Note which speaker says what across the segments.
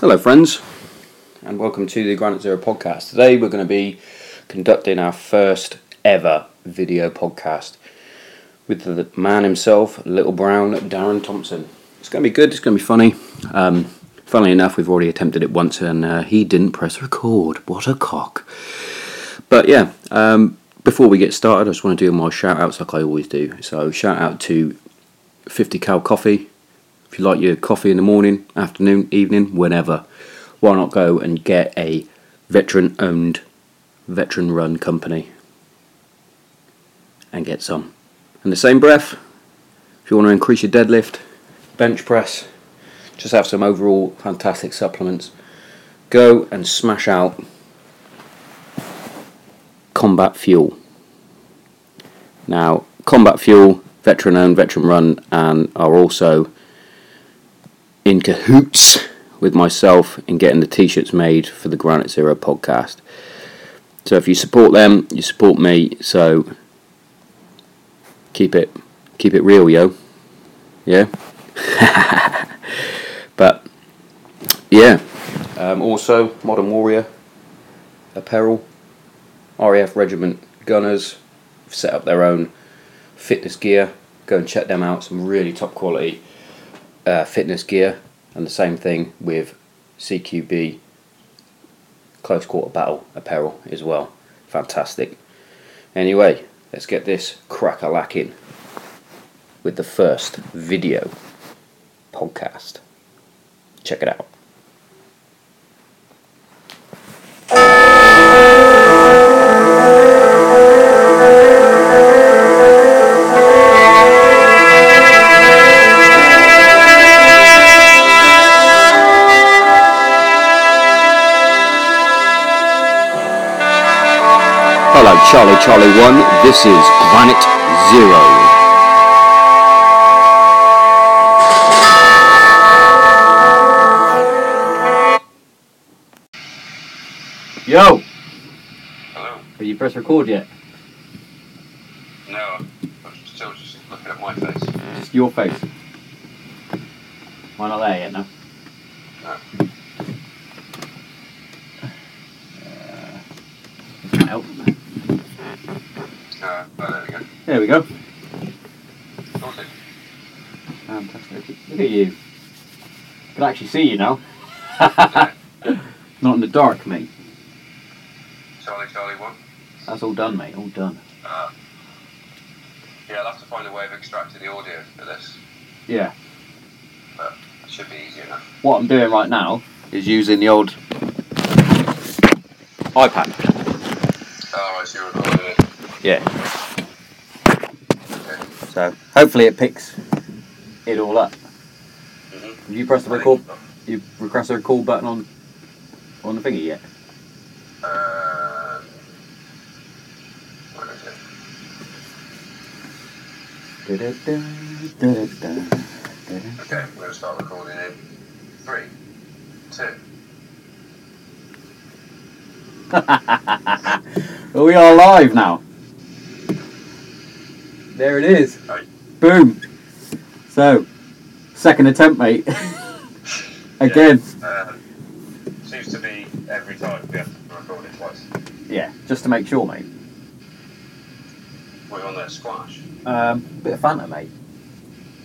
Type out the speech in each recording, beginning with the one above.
Speaker 1: Hello, friends, and welcome to the Granite Zero podcast. Today, we're going to be conducting our first ever video podcast with the man himself, Little Brown Darren Thompson. It's going to be good, it's going to be funny. Um, funnily enough, we've already attempted it once and uh, he didn't press record. What a cock. But yeah, um, before we get started, I just want to do my shout outs like I always do. So, shout out to 50 Cal Coffee. If you like your coffee in the morning, afternoon, evening, whenever, why not go and get a veteran owned, veteran run company and get some. In the same breath, if you want to increase your deadlift, bench press, just have some overall fantastic supplements, go and smash out Combat Fuel. Now, Combat Fuel, veteran owned, veteran run, and are also in cahoots with myself in getting the t-shirts made for the Granite Zero podcast. So if you support them, you support me. So keep it keep it real, yo. Yeah. but yeah. Um, also, Modern Warrior apparel, RAF Regiment Gunners have set up their own fitness gear. Go and check them out. Some really top quality uh, fitness gear, and the same thing with CQB close quarter battle apparel as well. Fantastic. Anyway, let's get this crack a lacking with the first video podcast. Check it out. Hello, Charlie Charlie One. This is Granite Zero. Yo,
Speaker 2: Hello?
Speaker 1: have you pressed record yet?
Speaker 2: No, I'm still just looking at my face.
Speaker 1: Just your face. Why not there yet? No.
Speaker 2: No.
Speaker 1: Help.
Speaker 2: Uh, oh, there we go.
Speaker 1: There we go.
Speaker 2: Sorted.
Speaker 1: Fantastic. Um, Look at you. Can actually see you now. Not in the dark, mate.
Speaker 2: Charlie, Charlie, one.
Speaker 1: That's all done, mate. All done.
Speaker 2: Uh, yeah, I'll have to find a way of extracting the audio for this.
Speaker 1: Yeah.
Speaker 2: But it should be easy enough.
Speaker 1: What I'm doing right now is using the old iPad.
Speaker 2: Oh, I see what recording it.
Speaker 1: Yeah.
Speaker 2: Okay.
Speaker 1: So hopefully it picks it all up.
Speaker 2: Mm-hmm.
Speaker 1: Have you pressed the record? You pressed the record button on on the thingy yet?
Speaker 2: Um, where is it?
Speaker 1: Da-da-da, da-da-da, da-da.
Speaker 2: Okay, we're going to start recording in three, two.
Speaker 1: Well, we are live now. There it is.
Speaker 2: Aye.
Speaker 1: Boom. So, second attempt, mate. Again.
Speaker 2: Um, seems to be every time we have to record it twice.
Speaker 1: Yeah. just to make sure, mate.
Speaker 2: We're on that squash.
Speaker 1: Um, bit of Fanta, mate.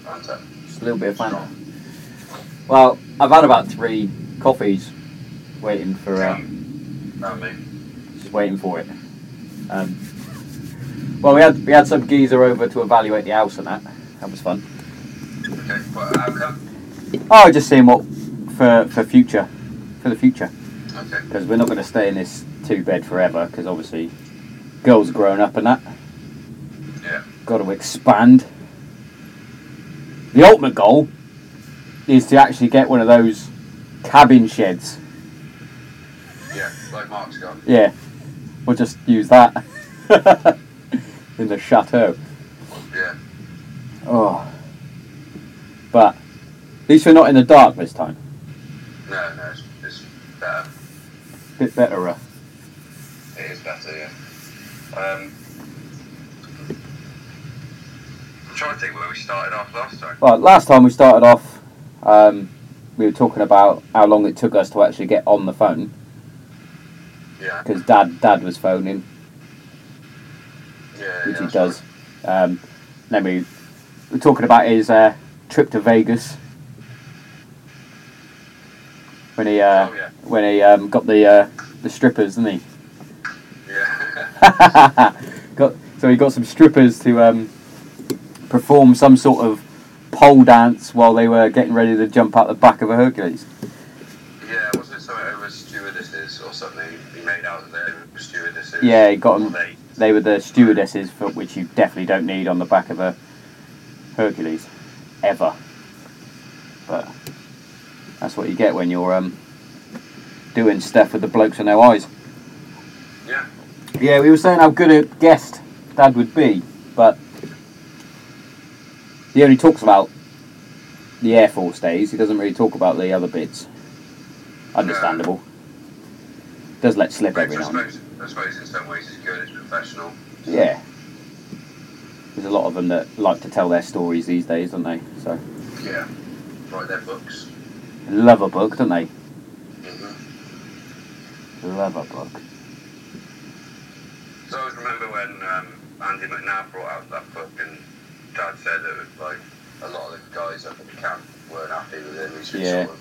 Speaker 2: Aren't it?
Speaker 1: Just a little bit of Fanta. Well, I've had about three coffees, waiting for uh,
Speaker 2: Around me.
Speaker 1: just waiting for it. Um, well, we had we had some geezer over to evaluate the house and that. That was fun.
Speaker 2: Okay, what outcome?
Speaker 1: Oh, just seeing what for for future, for the future.
Speaker 2: Okay.
Speaker 1: because we're not going to stay in this two bed forever because obviously girls are growing up and that
Speaker 2: Yeah.
Speaker 1: got to expand the ultimate goal is to actually get one of those cabin sheds
Speaker 2: Yeah, like Mark's got.
Speaker 1: yeah we'll just use that in the chateau
Speaker 2: Yeah.
Speaker 1: oh but at least we're not in the dark this time
Speaker 2: No, no, it's, it's better.
Speaker 1: bit better uh,
Speaker 2: It is better, yeah. Um, I'm trying to think where we started off last time.
Speaker 1: Right, last time we started off, um, we were talking about how long it took us to actually get on the phone
Speaker 2: Yeah.
Speaker 1: because dad dad was phoning,
Speaker 2: Yeah.
Speaker 1: which
Speaker 2: yeah,
Speaker 1: he does. Um, then we were talking about his uh, trip to Vegas when he uh,
Speaker 2: Oh, yeah.
Speaker 1: when he um, got the uh, the strippers, didn't he?
Speaker 2: Yeah.
Speaker 1: got so he got some strippers to um, perform some sort of pole dance while they were getting ready to jump out the back of a Hercules.
Speaker 2: yeah, wasn't it something over stewardesses or something? He made out that they were stewardesses.
Speaker 1: Yeah, he got 'em.
Speaker 2: Or They,
Speaker 1: They were the stewardesses, for which you definitely don't need on the back of a Hercules, ever. But that's what you get when you're um, doing stuff with the blokes in their eyes.
Speaker 2: yeah.
Speaker 1: Yeah, we were saying how good a guest Dad would be, but he only talks about the Air Force days. He doesn't really talk about the other bits. Understandable. Does let slip
Speaker 2: But
Speaker 1: every
Speaker 2: I
Speaker 1: now and then.
Speaker 2: suppose, I suppose in some ways it's good, it's professional.
Speaker 1: Yeah. There's a lot of them that like to tell their stories these days, don't they? So
Speaker 2: Yeah. Write their books.
Speaker 1: love a book, don't they?
Speaker 2: hmm
Speaker 1: Love a book.
Speaker 2: So I always remember when um, Andy McNabb brought out that book and Dad said it was like a lot of the guys up at the camp weren't happy with him. He's been
Speaker 1: Yeah.
Speaker 2: sort of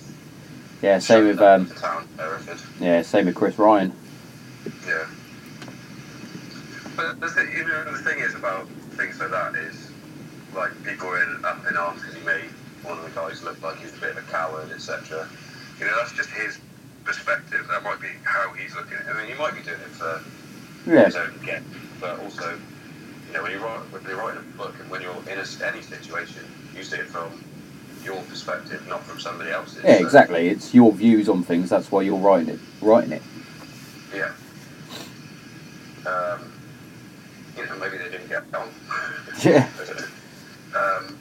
Speaker 1: Yeah, same with
Speaker 2: shutting
Speaker 1: um,
Speaker 2: down the town, Hereford.
Speaker 1: yeah, same with Chris Ryan.
Speaker 2: Yeah. But the thing, you know, the thing is about things like that is, like, people were in, up in arms because he made one of the guys look like he was a bit of a coward, etc. You know, that's just his perspective. That might be how he's looking at it. I mean, he might be doing it for
Speaker 1: Yeah,
Speaker 2: his own gain, but also, you know, when you write, when you're writing a book and when you're in a, any situation, you see it from your perspective, not from somebody else's.
Speaker 1: yeah,
Speaker 2: So,
Speaker 1: exactly. It's your views on things. That's why you're writing it. Writing it.
Speaker 2: Yeah. Um, you know, maybe they didn't get on.
Speaker 1: Yeah.
Speaker 2: um,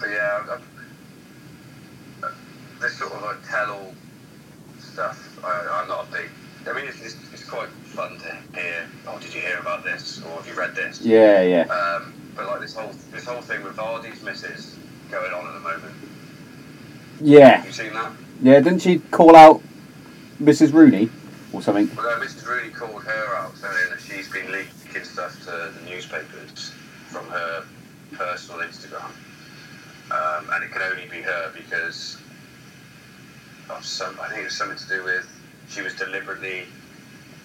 Speaker 2: but yeah, I- I- uh, this sort of like tell-all stuff, I, I'm not a big. I mean, it's, it's, it's quite fun to hear. Oh, did you hear about this? Or have you read this?
Speaker 1: Yeah, yeah.
Speaker 2: Um, but like this whole this whole thing with Vardy's misses going on at the moment.
Speaker 1: Yeah,
Speaker 2: Have you seen that?
Speaker 1: yeah. Didn't she call out Mrs. Rooney or something?
Speaker 2: Well, no, Mrs. Rooney called her out saying that she's been leaking stuff to the newspapers from her personal Instagram. Um, and it can only be her because of some, I think it was something to do with she was deliberately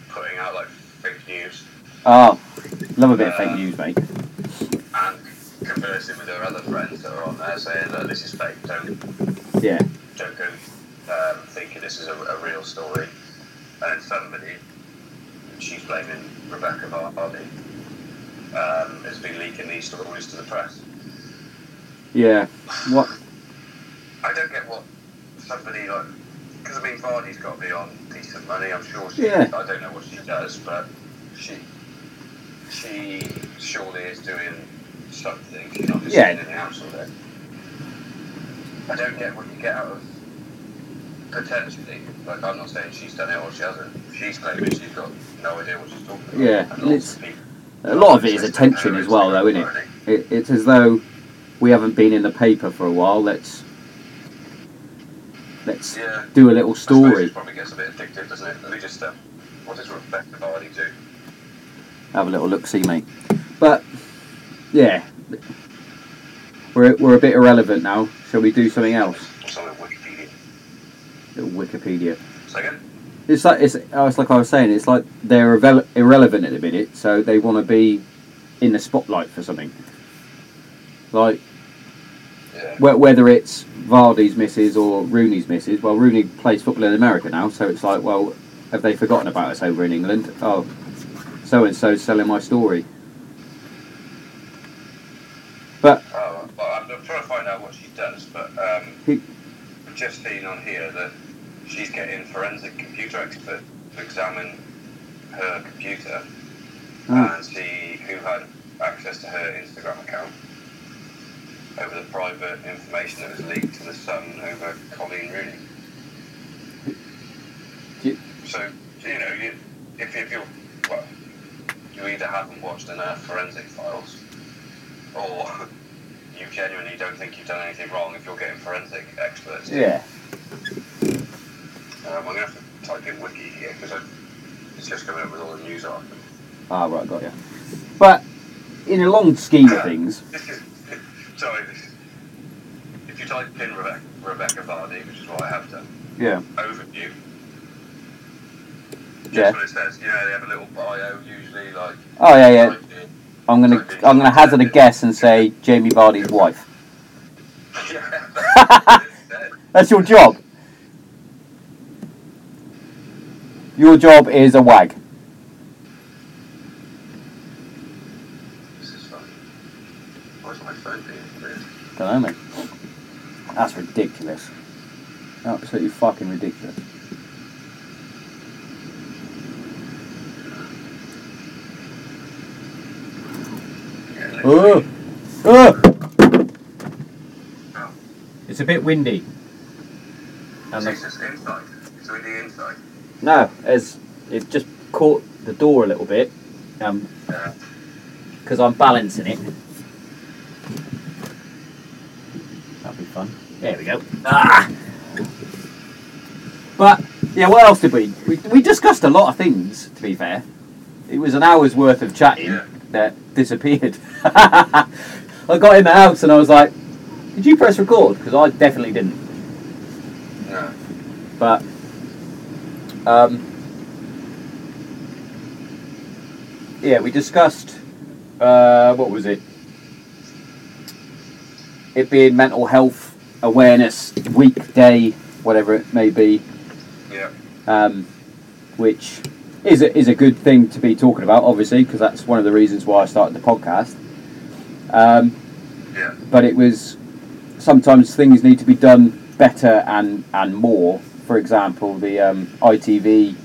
Speaker 2: putting out like fake news
Speaker 1: Oh, love a bit of fake news, mate.
Speaker 2: and conversing with her other friends that are on there saying, look, this is fake, don't
Speaker 1: Yeah,
Speaker 2: don't go um, thinking this is a, a real story. And then somebody, she's blaming Rebecca Hardy, um, has been leaking these stories to the press.
Speaker 1: yeah. What?
Speaker 2: I don't get what somebody like, because I mean, Vardy's got to be on decent money. I'm sure she.
Speaker 1: Yeah.
Speaker 2: I don't know what she does, but she, she surely is doing something. She's not just
Speaker 1: Yeah.
Speaker 2: sitting in the house all day. I don't get what you get out of potentially. Like I'm not saying she's done it or she hasn't. She's claiming she's got no idea what she's talking about.
Speaker 1: Yeah,
Speaker 2: And
Speaker 1: and
Speaker 2: lots of people-
Speaker 1: A lot of it is attention as well, though, isn't it? it it's as though we haven't been in the paper for a while. Let's let's
Speaker 2: Yeah.
Speaker 1: do a little
Speaker 2: I suppose
Speaker 1: story.
Speaker 2: it probably gets a bit addictive, doesn't it? Let me just. Um, what does Rebecca Vardy do?
Speaker 1: Have a little look, see, mate. But yeah, we're we're a bit irrelevant now. Shall we do something else?
Speaker 2: Or something Wikipedia.
Speaker 1: Little Wikipedia.
Speaker 2: Second?
Speaker 1: It's like it's, oh, it's like I was saying. It's like they're irrele- irrelevant at the minute, so they want to be in the spotlight for something. Like
Speaker 2: Yeah.
Speaker 1: wh- whether it's Vardy's misses or Rooney's misses. Well, Rooney plays football in America now, so it's like, well, have they forgotten about us over in England? Oh, so and so's selling my story. But
Speaker 2: Oh, well, I'm trying to find out what she does, but um,
Speaker 1: Who-
Speaker 2: I've just seen on here that she's getting forensic computer expert to examine her computer
Speaker 1: oh,
Speaker 2: and see who had access to her Instagram account over the private information that was leaked to the Sun over Colleen Rooney.
Speaker 1: Do-
Speaker 2: So you know, you, if, if you're well, you either haven't watched enough forensic files, or you genuinely don't think you've done anything wrong if you're getting forensic experts. in.
Speaker 3: Yeah.
Speaker 2: Um, I'm going to have to type in wiki here because it's just coming up with all the news articles.
Speaker 3: Ah, right, got you. But in a long scheme of things,
Speaker 2: This is, sorry, this is, if you type in Rebecca, Rebecca Vardy, which is what I have done,
Speaker 3: yeah,
Speaker 2: overview, just
Speaker 3: yeah.
Speaker 2: what it says. You know, they have a little bio usually, like,
Speaker 3: Oh yeah, yeah.
Speaker 2: like,
Speaker 3: I'm gonna I'm gonna hazard a guess and say Jamie Vardy's wife.
Speaker 2: yeah, that's what it says.
Speaker 3: That's your job. Your job is a wag.
Speaker 2: This is fun. Why's my phone being weird?
Speaker 3: Don't know, mate. That's ridiculous. Absolutely fucking ridiculous.
Speaker 2: Yeah,
Speaker 3: Oh,
Speaker 2: like- Oh.
Speaker 3: oh. It's a bit windy. Um, And the-
Speaker 2: It's just inside. It's with the inside.
Speaker 3: no, it's it just caught the door a little bit. Um,
Speaker 2: Yeah.
Speaker 3: because I'm balancing it. That'll be fun. There we go. Ah! But yeah, what else did we, we? We discussed a lot of things. To be fair, it was an hour's worth of chatting
Speaker 2: Yeah.
Speaker 3: that disappeared. I got in the house and I was like, "Did you press record?" Because I definitely didn't.
Speaker 2: No.
Speaker 3: But um, yeah, we discussed uh, what was it? It being Mental Health Awareness Week Day, whatever it may be,
Speaker 2: Yeah.
Speaker 3: um, which is a, is a good thing to be talking about, obviously, because that's one of the reasons why I started the podcast. Um,
Speaker 2: Yeah.
Speaker 3: but it was sometimes things need to be done better and and more. For example, the um, ITV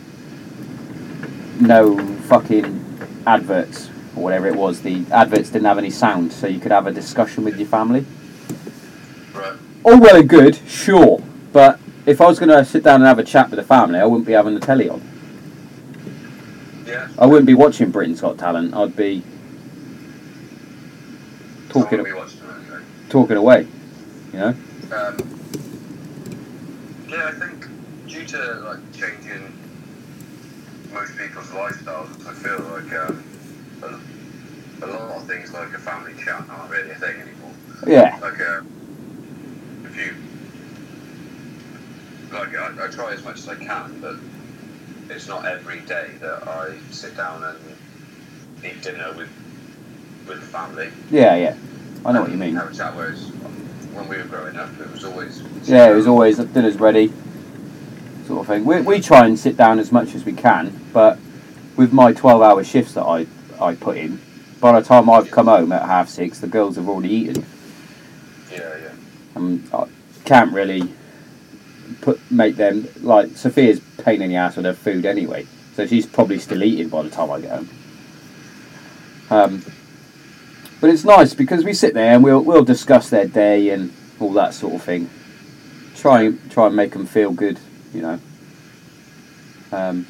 Speaker 3: no fucking adverts or whatever it was. The adverts didn't have any sound, so you could have a discussion with your family.
Speaker 2: Right.
Speaker 3: All well and good, sure, but if I was going to sit down and have a chat with the family, I wouldn't be having the telly on.
Speaker 2: Yeah.
Speaker 3: I wouldn't be watching Britain's Got Talent. I'd be
Speaker 2: Someone
Speaker 3: talking
Speaker 2: we watched them anyway.
Speaker 3: talking away. You know?
Speaker 2: Um, yeah, I think due to like changing most people's lifestyles, I feel like um, a, a lot of things like a family chat aren't really a thing anymore.
Speaker 3: Yeah.
Speaker 2: Like, uh, if you like, I, I try as much as I can, but it's not every day that I sit down and eat dinner with with the family.
Speaker 3: Yeah. Yeah. I know what you mean.
Speaker 2: Have a chat. Whereas when we were growing up, it was always
Speaker 3: Yeah, it was always dinner's ready, sort of thing. We, we try and sit down as much as we can, but with my 12 hour shifts that I, I put in, by the time I've come home at half six, the girls have already eaten.
Speaker 2: yeah, yeah.
Speaker 3: And Um, I can't really put make them, like, Sophia's pain in the ass with her food anyway, so she's probably still eating by the time I get home. Um, but it's nice because we sit there and we'll, we'll discuss their day and all that sort of thing. Try and try and make them feel good, you know. Um,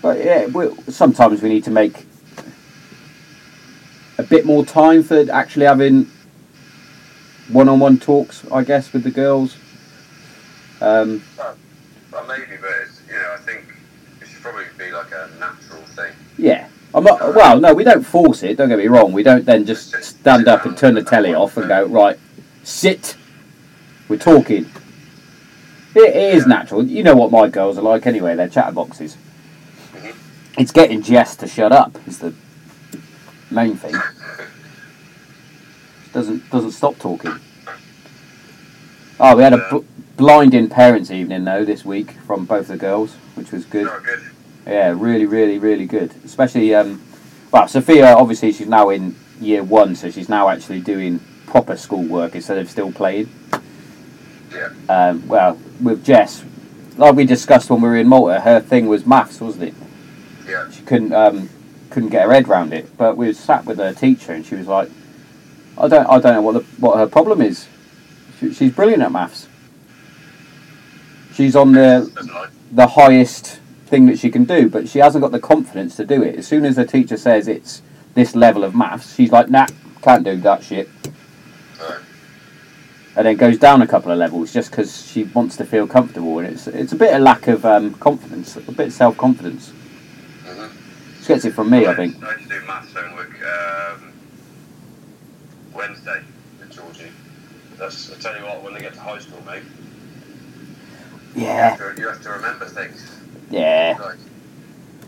Speaker 3: but yeah, we, sometimes we need to make a bit more time for actually having one-on-one talks, I guess, with the girls. Um,
Speaker 2: Well, maybe, but it's, you know, I think it should probably be like a natural thing.
Speaker 3: Yeah. I'm not, well, no, we don't force it, don't get me wrong. We don't then just stand up and turn the telly off and go, right, sit, we're talking. It, it is natural. You know what my girls are like anyway, they're chatterboxes.
Speaker 2: Mhm.
Speaker 3: It's getting Jess to shut up is the main thing. Doesn't doesn't stop talking. Oh, we had a bl- blinding parents' evening though this week from both the girls, which was good.
Speaker 2: Oh, good.
Speaker 3: Yeah, really, really, really good. Especially, um, well, Sophia, obviously, she's now in year one, so she's now actually doing proper schoolwork instead of still playing.
Speaker 2: Yeah.
Speaker 3: Um, well, with Jess, like we discussed when we were in Malta, her thing was maths, wasn't it?
Speaker 2: Yeah.
Speaker 3: She couldn't um, couldn't get her head round it. But we sat with her teacher, and she was like, "I don't, I don't know what the what her problem is. She, she's brilliant at maths. She's on the
Speaker 2: Doesn't like.
Speaker 3: the highest thing that she can do, but she hasn't got the confidence to do it. As soon as the teacher says it's this level of maths, she's like, nah, Can't do that shit.
Speaker 2: Right.
Speaker 3: And then goes down a couple of levels just because she wants to feel comfortable, and it's it's a bit of lack of um, confidence, a bit of self confidence.
Speaker 2: Mhm.
Speaker 3: She gets it from me, I think.
Speaker 2: I had to do maths homework um, Wednesday with Georgie. That's, I tell you what, when they get to high school, mate,
Speaker 3: Yeah,
Speaker 2: you have to- you have to remember things.
Speaker 3: yeah,
Speaker 2: Like,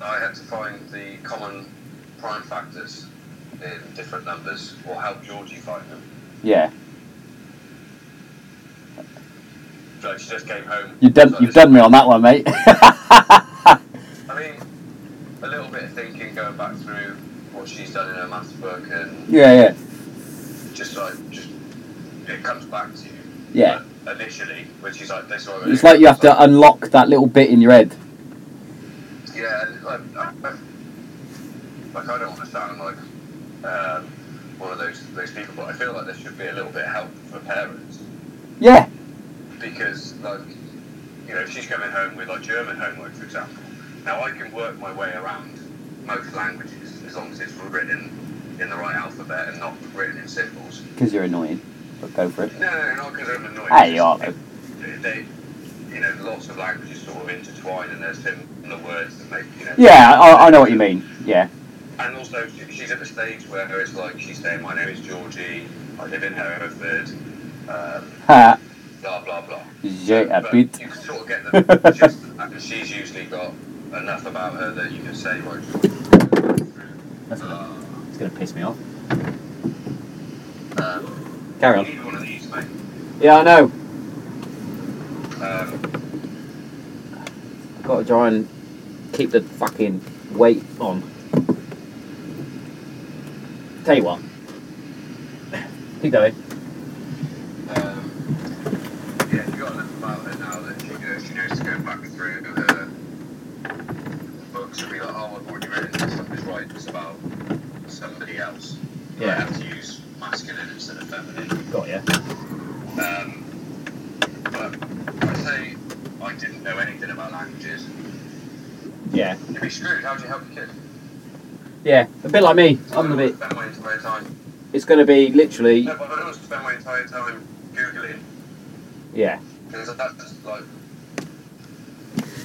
Speaker 2: I had to find the common prime factors in different numbers, or help Georgie find them.
Speaker 3: yeah.
Speaker 2: Like, she just came home.
Speaker 3: You've done
Speaker 2: so I
Speaker 3: you've
Speaker 2: just-
Speaker 3: done me on that one, mate.
Speaker 2: I mean, a little bit of thinking going back through what she's done in her maths book and
Speaker 3: yeah, yeah,
Speaker 2: just like, just, it comes back to you.
Speaker 3: yeah.
Speaker 2: But initially, when she's like, this is what I'm gonna
Speaker 3: It's
Speaker 2: do,
Speaker 3: like you have
Speaker 2: it's
Speaker 3: to unlock that little bit in your head.
Speaker 2: Yeah, and, like, I, like I don't want to sound like um, one of those those people, but I feel like there should be a little bit of help for parents
Speaker 3: Yeah,
Speaker 2: because, like, you know, if she's coming home with like German homework, for example. Now I can work my way around most languages as long as it's written in the right alphabet and not written in symbols.
Speaker 3: because you're annoying. But go for it.
Speaker 2: No, no, not because I'm annoyed.
Speaker 3: Hey, you are, though.
Speaker 2: They, you know, lots of languages sort of intertwine and there's similar words that make, you know.
Speaker 3: Yeah, I, I know what you mean. Yeah,
Speaker 2: And also, she- she's at the stage where it's like she's saying, "My name is Georgie. I live in Hereford." Um,
Speaker 3: ha.
Speaker 2: blah blah blah.
Speaker 3: J'ai
Speaker 2: So, but
Speaker 3: habite.
Speaker 2: You can sort of get them. just, and she's usually got enough about her that you can say, "Right, Georgie."
Speaker 3: That's
Speaker 2: uh,
Speaker 3: It's gonna piss me off.
Speaker 2: um,
Speaker 3: Carry
Speaker 2: you
Speaker 3: on.
Speaker 2: need one of these, mate.
Speaker 3: Yeah, I know.
Speaker 2: Um,
Speaker 1: Got to try and keep the fucking weight on. Tell you what. Keep going.
Speaker 2: um, yeah, you got enough about her now that she knows, she knows to go back through her books and be like, "Oh, I've already written this. Stuff is right. It's about somebody else." I
Speaker 1: Yeah,
Speaker 2: have to use masculine instead of feminine.
Speaker 1: got ya.
Speaker 2: Um, but I say I didn't know anything about languages.
Speaker 1: Yeah.
Speaker 2: You'd be screwed. How would you help your kid?
Speaker 1: Yeah, a bit like me.
Speaker 2: I
Speaker 1: I'm a
Speaker 2: don't want
Speaker 1: bit.
Speaker 2: to Spend my entire time.
Speaker 1: It's going to be literally.
Speaker 2: No, but I don't want to spend my entire time googling
Speaker 1: Yeah.
Speaker 2: because that's like.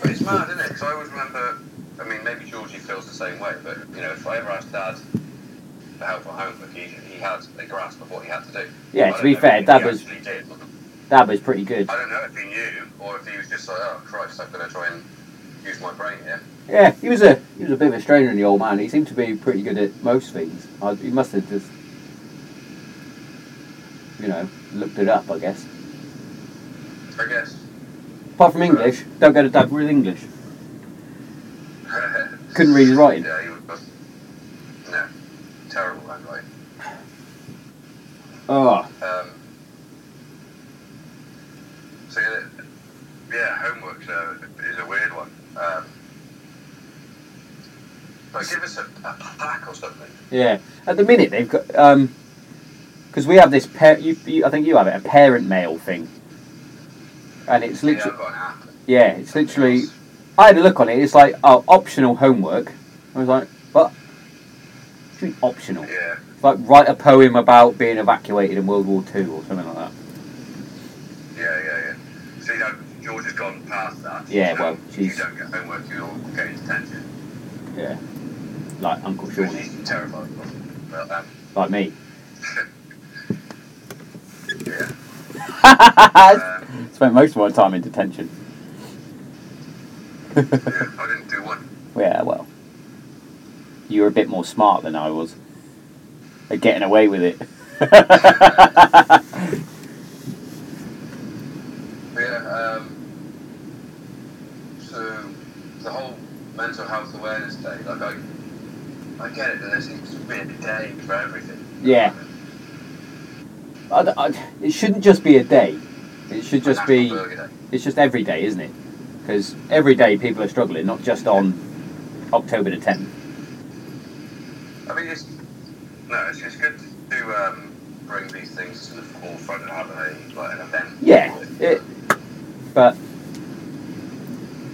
Speaker 2: But it's mad, isn't it? Because I always remember. I mean, maybe Georgie feels the same way. But you know, if I ever asked Dad for help on homework, he, he had a grasp of what he had to do.
Speaker 3: Yeah,
Speaker 2: I
Speaker 3: to
Speaker 2: don't
Speaker 3: be
Speaker 2: know
Speaker 3: fair,
Speaker 2: if
Speaker 3: Dad
Speaker 2: he
Speaker 3: was-
Speaker 2: actually did.
Speaker 3: That was pretty good.
Speaker 2: I don't know if he knew or if he was just like, oh Christ, I've got to try and use my brain here.
Speaker 3: Yeah, he was a he was a bit of a stranger in the old man. He seemed to be pretty good at most things. I, he must have just you know looked it up, I guess.
Speaker 2: I guess.
Speaker 3: Apart from English, don't go to dad with English. Couldn't read his writing.
Speaker 2: Yeah, he was. No, terrible handwriting.
Speaker 3: Oh,
Speaker 2: Um, so yeah, yeah, homework uh, is a weird one. Um, but give us a, a pack or something.
Speaker 3: yeah. At the minute they've got um because we have this par- you, you I think you have it a parent mail thing, and it's
Speaker 2: yeah, I've
Speaker 3: literally
Speaker 2: got an app.
Speaker 3: yeah it's literally I had a look on it. It's like oh optional homework. I was like what? What do you mean optional?
Speaker 2: Yeah,
Speaker 3: like write a poem about being evacuated in World War Two or something like that.
Speaker 2: yeah, yeah, yeah. See, now George has gone past that.
Speaker 3: Yeah,
Speaker 2: You
Speaker 3: well,
Speaker 2: don't-
Speaker 3: she's-
Speaker 2: You don't get homework, you'll get his attention.
Speaker 3: Yeah. Like Uncle Shawnee,
Speaker 2: He's terrified of well, um,
Speaker 3: like me.
Speaker 2: yeah. Um,
Speaker 3: Spent most of my time in detention.
Speaker 2: yeah, I didn't do one.
Speaker 3: Yeah, well, you were a bit more smart than I was at getting away with it.
Speaker 2: Yeah, um, so the whole mental health awareness day, like I, I get it that there seems to be a day for everything.
Speaker 3: Yeah. I d- I- it shouldn't just be a day. It should just
Speaker 2: National
Speaker 3: be.
Speaker 2: Burger Day.
Speaker 3: It's just every day, isn't it? Because every day people are struggling, not just on October the tenth.
Speaker 2: I mean, it's no, it's, it's good to um, bring these things to the forefront and have a like an event.
Speaker 3: Yeah. It, but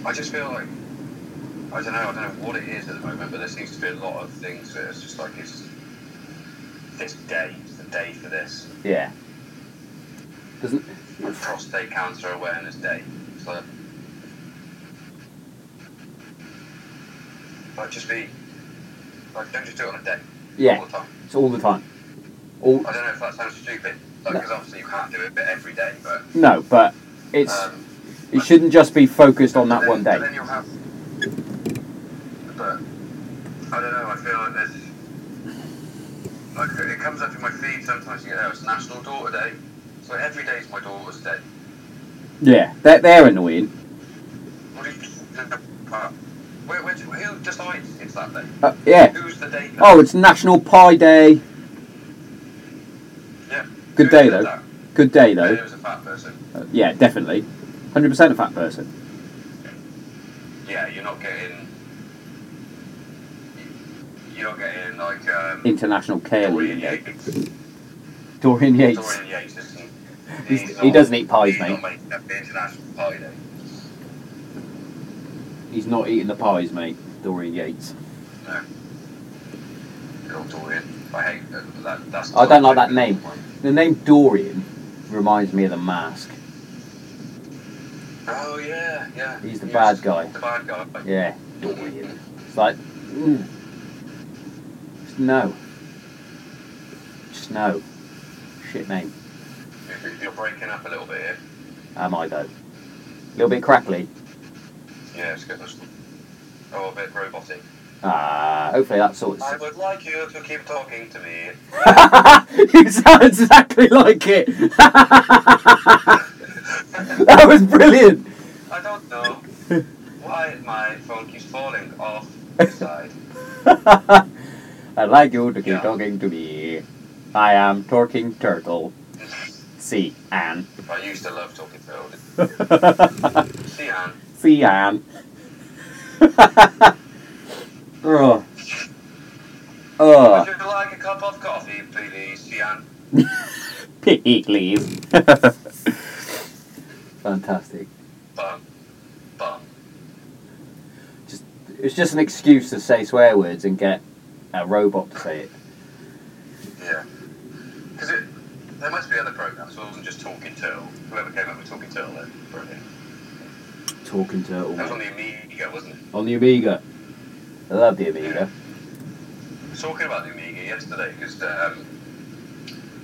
Speaker 2: I just feel like I don't know. I don't know what it is at the moment, but there seems to be a lot of things that it's just like it's this day day for this.
Speaker 3: Yeah. Doesn't
Speaker 2: Prostate Cancer Awareness Day. So, like, just be like, don't just do it on a day.
Speaker 3: yeah?
Speaker 2: All the time.
Speaker 3: It's all the time. All
Speaker 2: I don't know if that sounds stupid, like,
Speaker 3: No.
Speaker 2: because obviously you can't do it but every day, but
Speaker 3: no, but it's
Speaker 2: um,
Speaker 3: it shouldn't just be focused on that
Speaker 2: But
Speaker 3: one
Speaker 2: then- but
Speaker 3: day.
Speaker 2: then you'll have- But I don't know. I feel like there's like it comes up in my feed sometimes. You know, it's National Daughter Day, so every day is my daughter's day.
Speaker 3: Yeah, they're, they're annoying.
Speaker 2: What do you? Where, where, do- who decides it's that day?
Speaker 3: Uh, yeah.
Speaker 2: Who's the day?
Speaker 3: Oh, it's National Pie Day.
Speaker 2: yeah.
Speaker 3: good
Speaker 2: Who
Speaker 3: day,
Speaker 2: said
Speaker 3: though.
Speaker 2: that?
Speaker 3: Good day though.
Speaker 2: It was a fat person.
Speaker 3: Uh, yeah, definitely. Hundred percent a fat person.
Speaker 2: Yeah, you're not getting. You're not getting like um,
Speaker 3: International Care
Speaker 2: Dorian
Speaker 3: League.
Speaker 2: Yates.
Speaker 3: Dorian Yates.
Speaker 2: Dorian Yates isn't.
Speaker 4: He's-
Speaker 2: he's
Speaker 4: he
Speaker 2: not-
Speaker 4: doesn't eat pies,
Speaker 2: he's
Speaker 4: mate.
Speaker 2: not making up the international pie day.
Speaker 3: He's not eating the pies, mate. Dorian Yates.
Speaker 2: No. Good old Dorian. I hate that. that that's
Speaker 3: I don't like that name. The name Dorian reminds me of the mask.
Speaker 2: Oh yeah, yeah.
Speaker 3: He's the
Speaker 2: He
Speaker 3: bad
Speaker 2: was
Speaker 3: guy.
Speaker 2: The bad guy. Like,
Speaker 3: Yeah, Dorian. It's like, mm. Just no. Just no. Shit name.
Speaker 2: you- You're breaking up a little bit here.
Speaker 3: Am I though? A little bit crackly.
Speaker 2: Yeah, it's good. Oh, a bit robotic.
Speaker 3: Ah, hopefully that sorts.
Speaker 2: I would like you to keep talking to me.
Speaker 3: you sound exactly like it. that was brilliant.
Speaker 2: I don't know why my phone keeps falling off the side.
Speaker 3: I'd like you to keep
Speaker 2: Yeah.
Speaker 3: talking to me. I am talking turtle. See Anne.
Speaker 2: I used to love talking to Odin. See, Anne.
Speaker 3: See Anne. oh. Oh, Ah.
Speaker 2: Would you like a cup of coffee, please, Jan?
Speaker 3: please. Fantastic.
Speaker 2: Bum. Bum.
Speaker 3: It's just an excuse to say swear words and get a robot to say it.
Speaker 2: Yeah. Because it, there must be other programs. It wasn't just Talking Turtle. Whoever came up with Talking Turtle, then brilliant.
Speaker 3: Talking turtle.
Speaker 2: That was on the Amiga, wasn't it?
Speaker 3: On the Amiga. I love the Amiga.
Speaker 2: I was talking about the Amiga yesterday because um,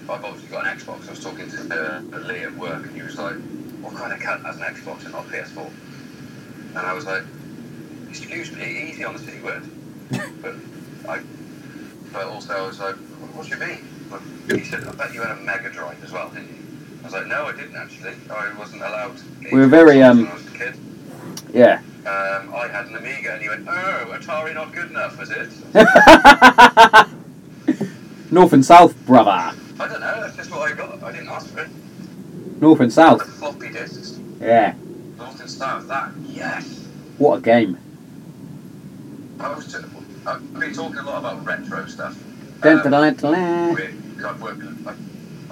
Speaker 2: I've obviously got an Xbox. I was talking to uh, Lee at work, and he was like, "What kind of cat has an Xbox and not a PS4?" And I was like, "Excuse me, easy on the c word." but I, but also I was like, "What do you mean?" Like, he said, "I bet you had a Mega Drive as well, didn't you?" I was like, "No, I didn't actually. I wasn't allowed."
Speaker 3: We were very,
Speaker 2: When
Speaker 3: um,
Speaker 2: I was a kid.
Speaker 3: Yeah.
Speaker 2: Um, I had an Amiga, and he went, "Oh, Atari not good enough, was it?"
Speaker 3: North and South, brother.
Speaker 2: I don't know. That's just what I got. I didn't ask for it.
Speaker 3: North and
Speaker 2: The
Speaker 3: South.
Speaker 2: floppy disks.
Speaker 3: Yeah.
Speaker 2: North and South. That. Yes.
Speaker 3: What a game.
Speaker 2: I was. Just, I've been talking a lot about retro stuff.
Speaker 3: Dun,
Speaker 2: Um,
Speaker 3: dun, dun, dun.
Speaker 2: we- I've, worked, I've,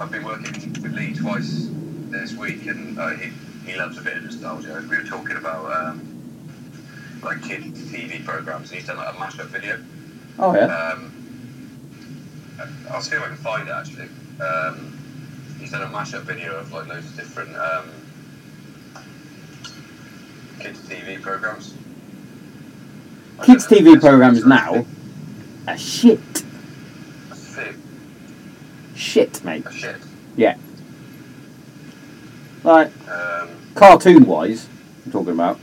Speaker 2: I've been working with Lee twice this week, and uh, he, he loves a bit of nostalgia. We were talking about um, like kids TV programs, and he's done like a mashup video.
Speaker 3: Oh yeah.
Speaker 2: Um, I'll see if I can find it actually. Um, he's done a mashup video of like loads of different um, kids TV programs. I
Speaker 3: Kids
Speaker 2: don't know
Speaker 3: TV
Speaker 2: if that's-
Speaker 3: programs now are shit.
Speaker 2: Sick
Speaker 3: Shit, mate.
Speaker 2: as Shit.
Speaker 3: Like,
Speaker 2: Um,
Speaker 3: cartoon wise, I'm talking about.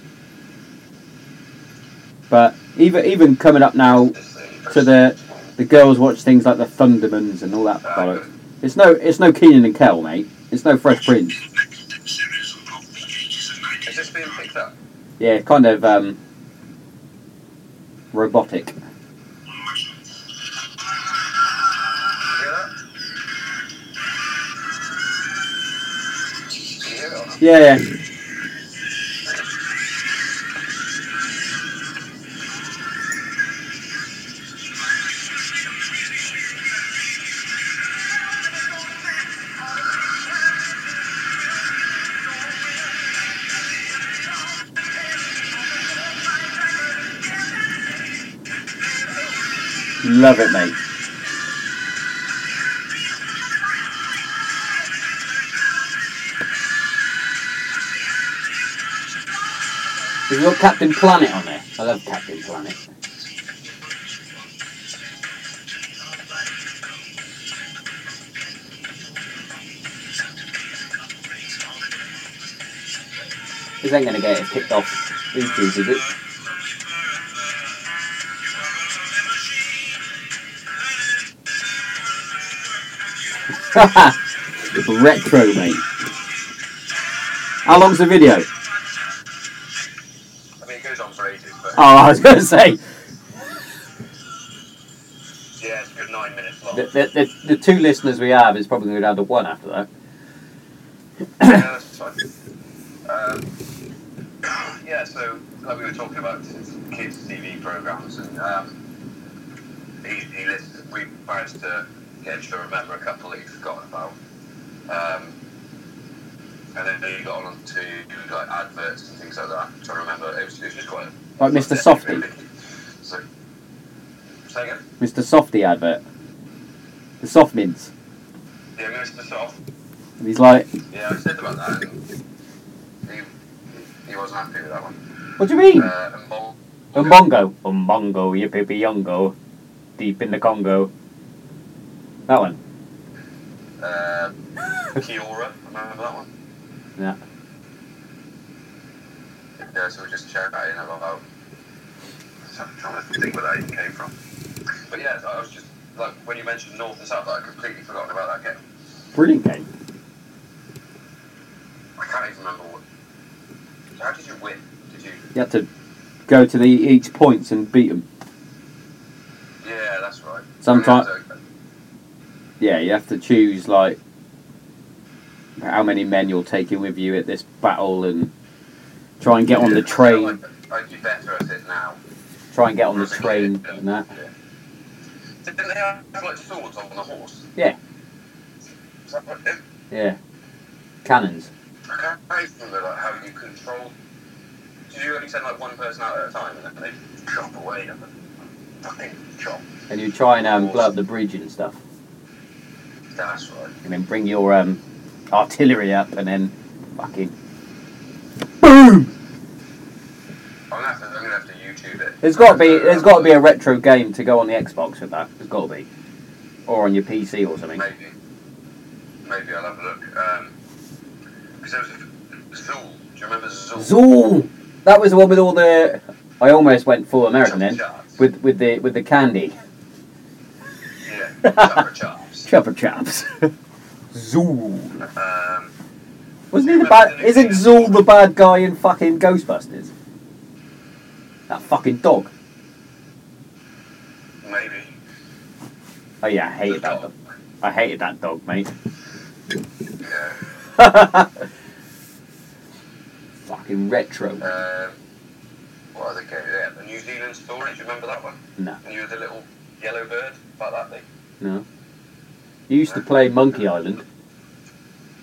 Speaker 3: But even even coming up now,
Speaker 2: this thing-
Speaker 3: To the- the girls watch things like the Thundermans and all that
Speaker 2: Uh,
Speaker 3: bollocks. It's no it's no Keenan and Kel, mate. It's no Fresh Prince.
Speaker 2: Is this being picked up?
Speaker 3: Yeah, kind of um, robotic.
Speaker 2: You hear that? Can you hear it or not?
Speaker 3: Yeah, yeah. Love it, mate. There's no Captain Planet on there. I love Captain Planet. This ain't gonna get it picked off these dudes, is it?
Speaker 5: Retro, mate. How long's the video?
Speaker 2: I mean, it goes on for ages, but
Speaker 3: Ah.
Speaker 5: Oh, I was going to say
Speaker 2: yeah, it's a good nine minutes long.
Speaker 3: The, the, the, the two listeners we have is probably gonna go down to one after that.
Speaker 2: yeah, that's fine. Um, yeah, so like we were talking about kids' TV programs, and um, he, he lists, we managed to get him to remember a couple that he'd forgotten about. Um, and then he got on to like adverts and things like that. Trying to remember, it was, it was just quite. a-
Speaker 5: Like Mr. Softy.
Speaker 2: So, say again.
Speaker 5: Mr. Softy advert. The soft mints.
Speaker 2: Yeah, Mr. Soft.
Speaker 5: And he's like,
Speaker 2: Yeah, I said about that. And he, he wasn't happy with that one.
Speaker 5: what do you mean?
Speaker 2: Uh, and Mol-
Speaker 5: Umbongo.
Speaker 3: Umbongo, yippee yongo, deep in the Congo.
Speaker 5: That one.
Speaker 2: uh, Kiora, remember that one?
Speaker 3: Yeah.
Speaker 2: Yeah, so we just checked that in about. so I'm trying to think where that even came from. But yeah, I was just like when you mentioned North and South, I'd completely forgotten about that game.
Speaker 5: Brilliant game.
Speaker 2: I can't even remember what. How did you win? Did you?
Speaker 5: You had to go to the each points and beat them.
Speaker 2: Yeah, that's right.
Speaker 5: Sometime-
Speaker 2: Yeah, so-
Speaker 5: Yeah, you have to choose like how many men you're taking with you at this battle and try and get on the
Speaker 2: I feel
Speaker 5: train.
Speaker 2: like I'd be better at it now.
Speaker 3: Try and get on the train and that.
Speaker 2: Didn't they have like swords on the horse?
Speaker 3: Yeah.
Speaker 2: Is that what it is?
Speaker 3: Yeah. Cannons.
Speaker 2: I can't I can't remember like how you control. Did you only send like one person out at a time and then they chop away and then fucking chop?
Speaker 3: And you try and um, blow up the bridge and stuff.
Speaker 2: That's right.
Speaker 3: And then bring your um, artillery up and then fucking.
Speaker 5: Boom!
Speaker 2: I'm gonna have to, I'm gonna have to YouTube it.
Speaker 3: There's got to be there's got to be a retro game to go on the Xbox with that. There's got to be, or on your PC or something.
Speaker 2: Maybe. Maybe I'll have a look. Um, because there was a, Zool. Do you remember Zool?
Speaker 3: Zool. That was the one with all the. I almost went full American then
Speaker 2: Chops.
Speaker 3: with with the with the candy
Speaker 2: Yeah, Chopper Chops.
Speaker 3: chopper chaps. Zool.
Speaker 2: Um,
Speaker 3: Wasn't he the bad? Isn't Zool the bad guy in fucking Ghostbusters? That fucking dog.
Speaker 2: maybe.
Speaker 3: Oh yeah, I hated that dog. I hated that dog, mate.
Speaker 2: Yeah.
Speaker 3: Fucking retro.
Speaker 2: Um, what other game? Yeah, the New Zealand story. Do you remember that one?
Speaker 3: No.
Speaker 2: And you were the little yellow bird about that thing.
Speaker 3: No. You used to play Monkey Island.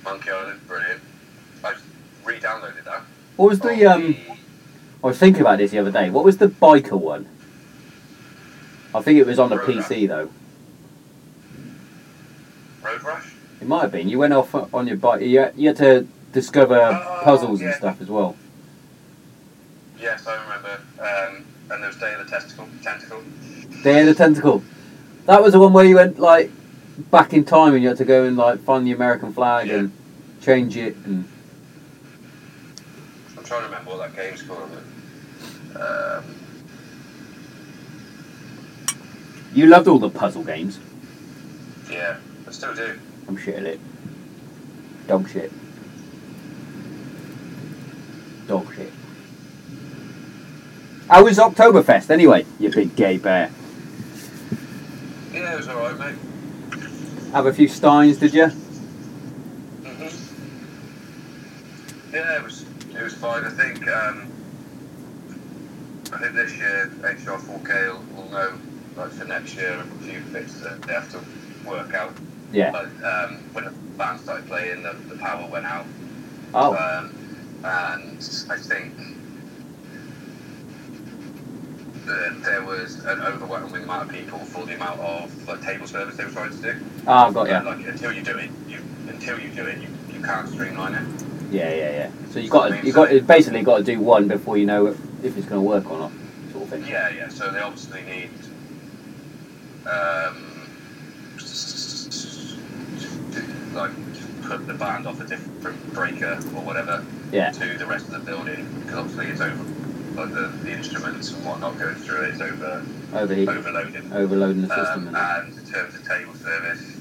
Speaker 2: Monkey Island, brilliant. I just re-downloaded that.
Speaker 3: What was the
Speaker 2: On
Speaker 3: um? I was thinking about this the other day. What was the biker one? I think it was on a
Speaker 2: Road Rash.
Speaker 3: PC though.
Speaker 2: Road Rush.
Speaker 3: It might have been. You went off on your bike. You, you had to discover
Speaker 2: Oh,
Speaker 3: puzzles and
Speaker 2: yeah.
Speaker 3: stuff as well.
Speaker 2: Yes, I remember. Um, and there was Day of the Testicle, Tentacle.
Speaker 3: Day of the Tentacle. That was the one where you went like back in time and you had to go and like find the American flag
Speaker 2: Yeah.
Speaker 3: and change it and
Speaker 2: I'm trying to remember what that game's called. But, um,
Speaker 3: you loved all the puzzle games.
Speaker 2: yeah, I still do.
Speaker 3: I'm shit at it. Dog shit. Dog shit. How was Oktoberfest anyway?
Speaker 5: You big gay bear.
Speaker 2: Yeah, it was alright, mate.
Speaker 3: Have a few steins, did you?
Speaker 2: hmm Mm-hmm. Yeah, it was it was fine. I think um, I think this year HR4K will, will know like for next year a few bits that they have to work out.
Speaker 3: Yeah.
Speaker 2: But um, when the band started playing, the, the power went out.
Speaker 3: Oh,
Speaker 2: Um, and I think that there was an overwhelming amount of people for the amount of like, table service they were trying to do.
Speaker 3: ah, got
Speaker 2: Yeah,
Speaker 3: ya.
Speaker 2: Like until you do it, you until you do it, you, you can't streamline it.
Speaker 3: Yeah, yeah, yeah. So you got to, you got to, basically got to do one before you know if it's going to work or not, sort of thing.
Speaker 2: Yeah, yeah. So they obviously need um, like put the band off a different breaker or whatever
Speaker 3: Yeah.
Speaker 2: to the rest of the building because obviously it's over like the, the instruments and whatnot going through it is over
Speaker 3: Overheating,
Speaker 2: overloading.
Speaker 3: overloading the system.
Speaker 2: Um,
Speaker 3: and that.
Speaker 2: and in terms of table service,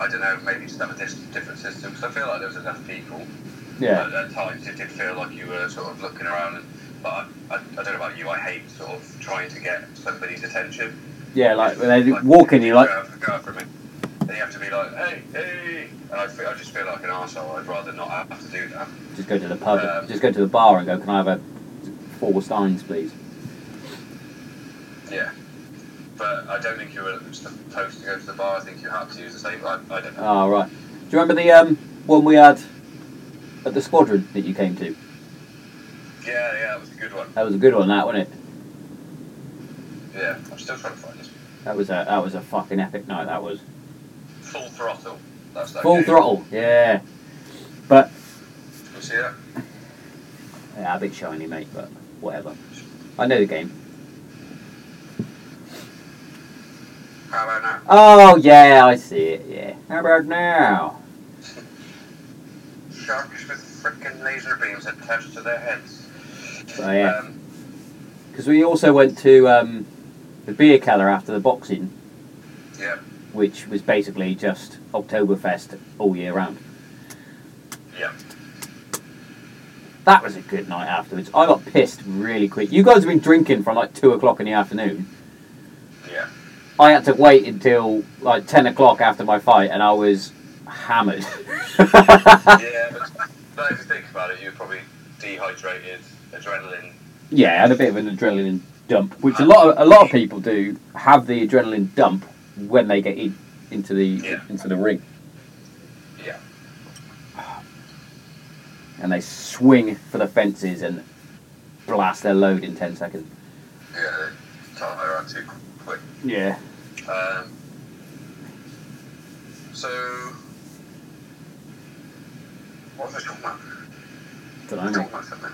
Speaker 2: I don't know. Maybe just have a dis- different system because I feel like there was enough people
Speaker 3: yeah.
Speaker 2: at, at times it did feel like you were sort of looking around. And, but I, I, I don't know about you, I hate sort of trying to get somebody's attention.
Speaker 3: Yeah, like when they walk in, you're like,
Speaker 2: go out- go out for a minute. Then you have to be like, hey, hey. And I, feel, I just feel like an arsehole. I'd rather not have to do that.
Speaker 3: just go to the pub,
Speaker 2: Um,
Speaker 3: just go to the bar and go, can I have a four steins, please?
Speaker 2: Yeah. But I don't think you were supposed to go to the bar. I think you had to use the same. I, I don't know.
Speaker 3: Ah, right. Do you remember the um, one we had at the squadron that you came to?
Speaker 2: Yeah, yeah, that was a good one.
Speaker 3: That was a good one, that wasn't it?
Speaker 2: Yeah, I'm still trying to find this.
Speaker 3: That was a that was a fucking epic night. That was
Speaker 2: Full throttle. That's that.
Speaker 3: full
Speaker 2: game.
Speaker 3: throttle. Yeah, but
Speaker 2: You see that?
Speaker 3: yeah, a bit shiny, mate. But whatever. I know the game.
Speaker 2: How about now?
Speaker 3: Oh yeah, I see it. Yeah. How about now?
Speaker 2: Sharks with frickin' laser beams attached to their heads.
Speaker 3: Oh, yeah.
Speaker 2: Um,
Speaker 3: Because we also went to um, the beer keller after the boxing,
Speaker 2: yeah,
Speaker 3: which was basically just Oktoberfest all year round.
Speaker 2: yeah.
Speaker 3: That was a good night afterwards. I got pissed really quick. You guys have been drinking from like two o'clock in the afternoon.
Speaker 2: Yeah.
Speaker 3: I had to wait until like ten o'clock after my fight, and I was hammered.
Speaker 2: yeah, but, but if you think about it, you're probably dehydrated, adrenaline.
Speaker 3: yeah, I had a bit of an adrenaline dump, which a lot of, a lot of people do have the adrenaline dump when they get in, into the
Speaker 2: Yeah.
Speaker 3: into the ring
Speaker 2: Yeah.
Speaker 3: and they swing for the fences and blast their load in ten seconds.
Speaker 2: Yeah, they tie around too quick.
Speaker 3: Yeah.
Speaker 2: Um, so, what was I talking about? I
Speaker 3: Don't
Speaker 2: was
Speaker 3: know.
Speaker 2: talking about something.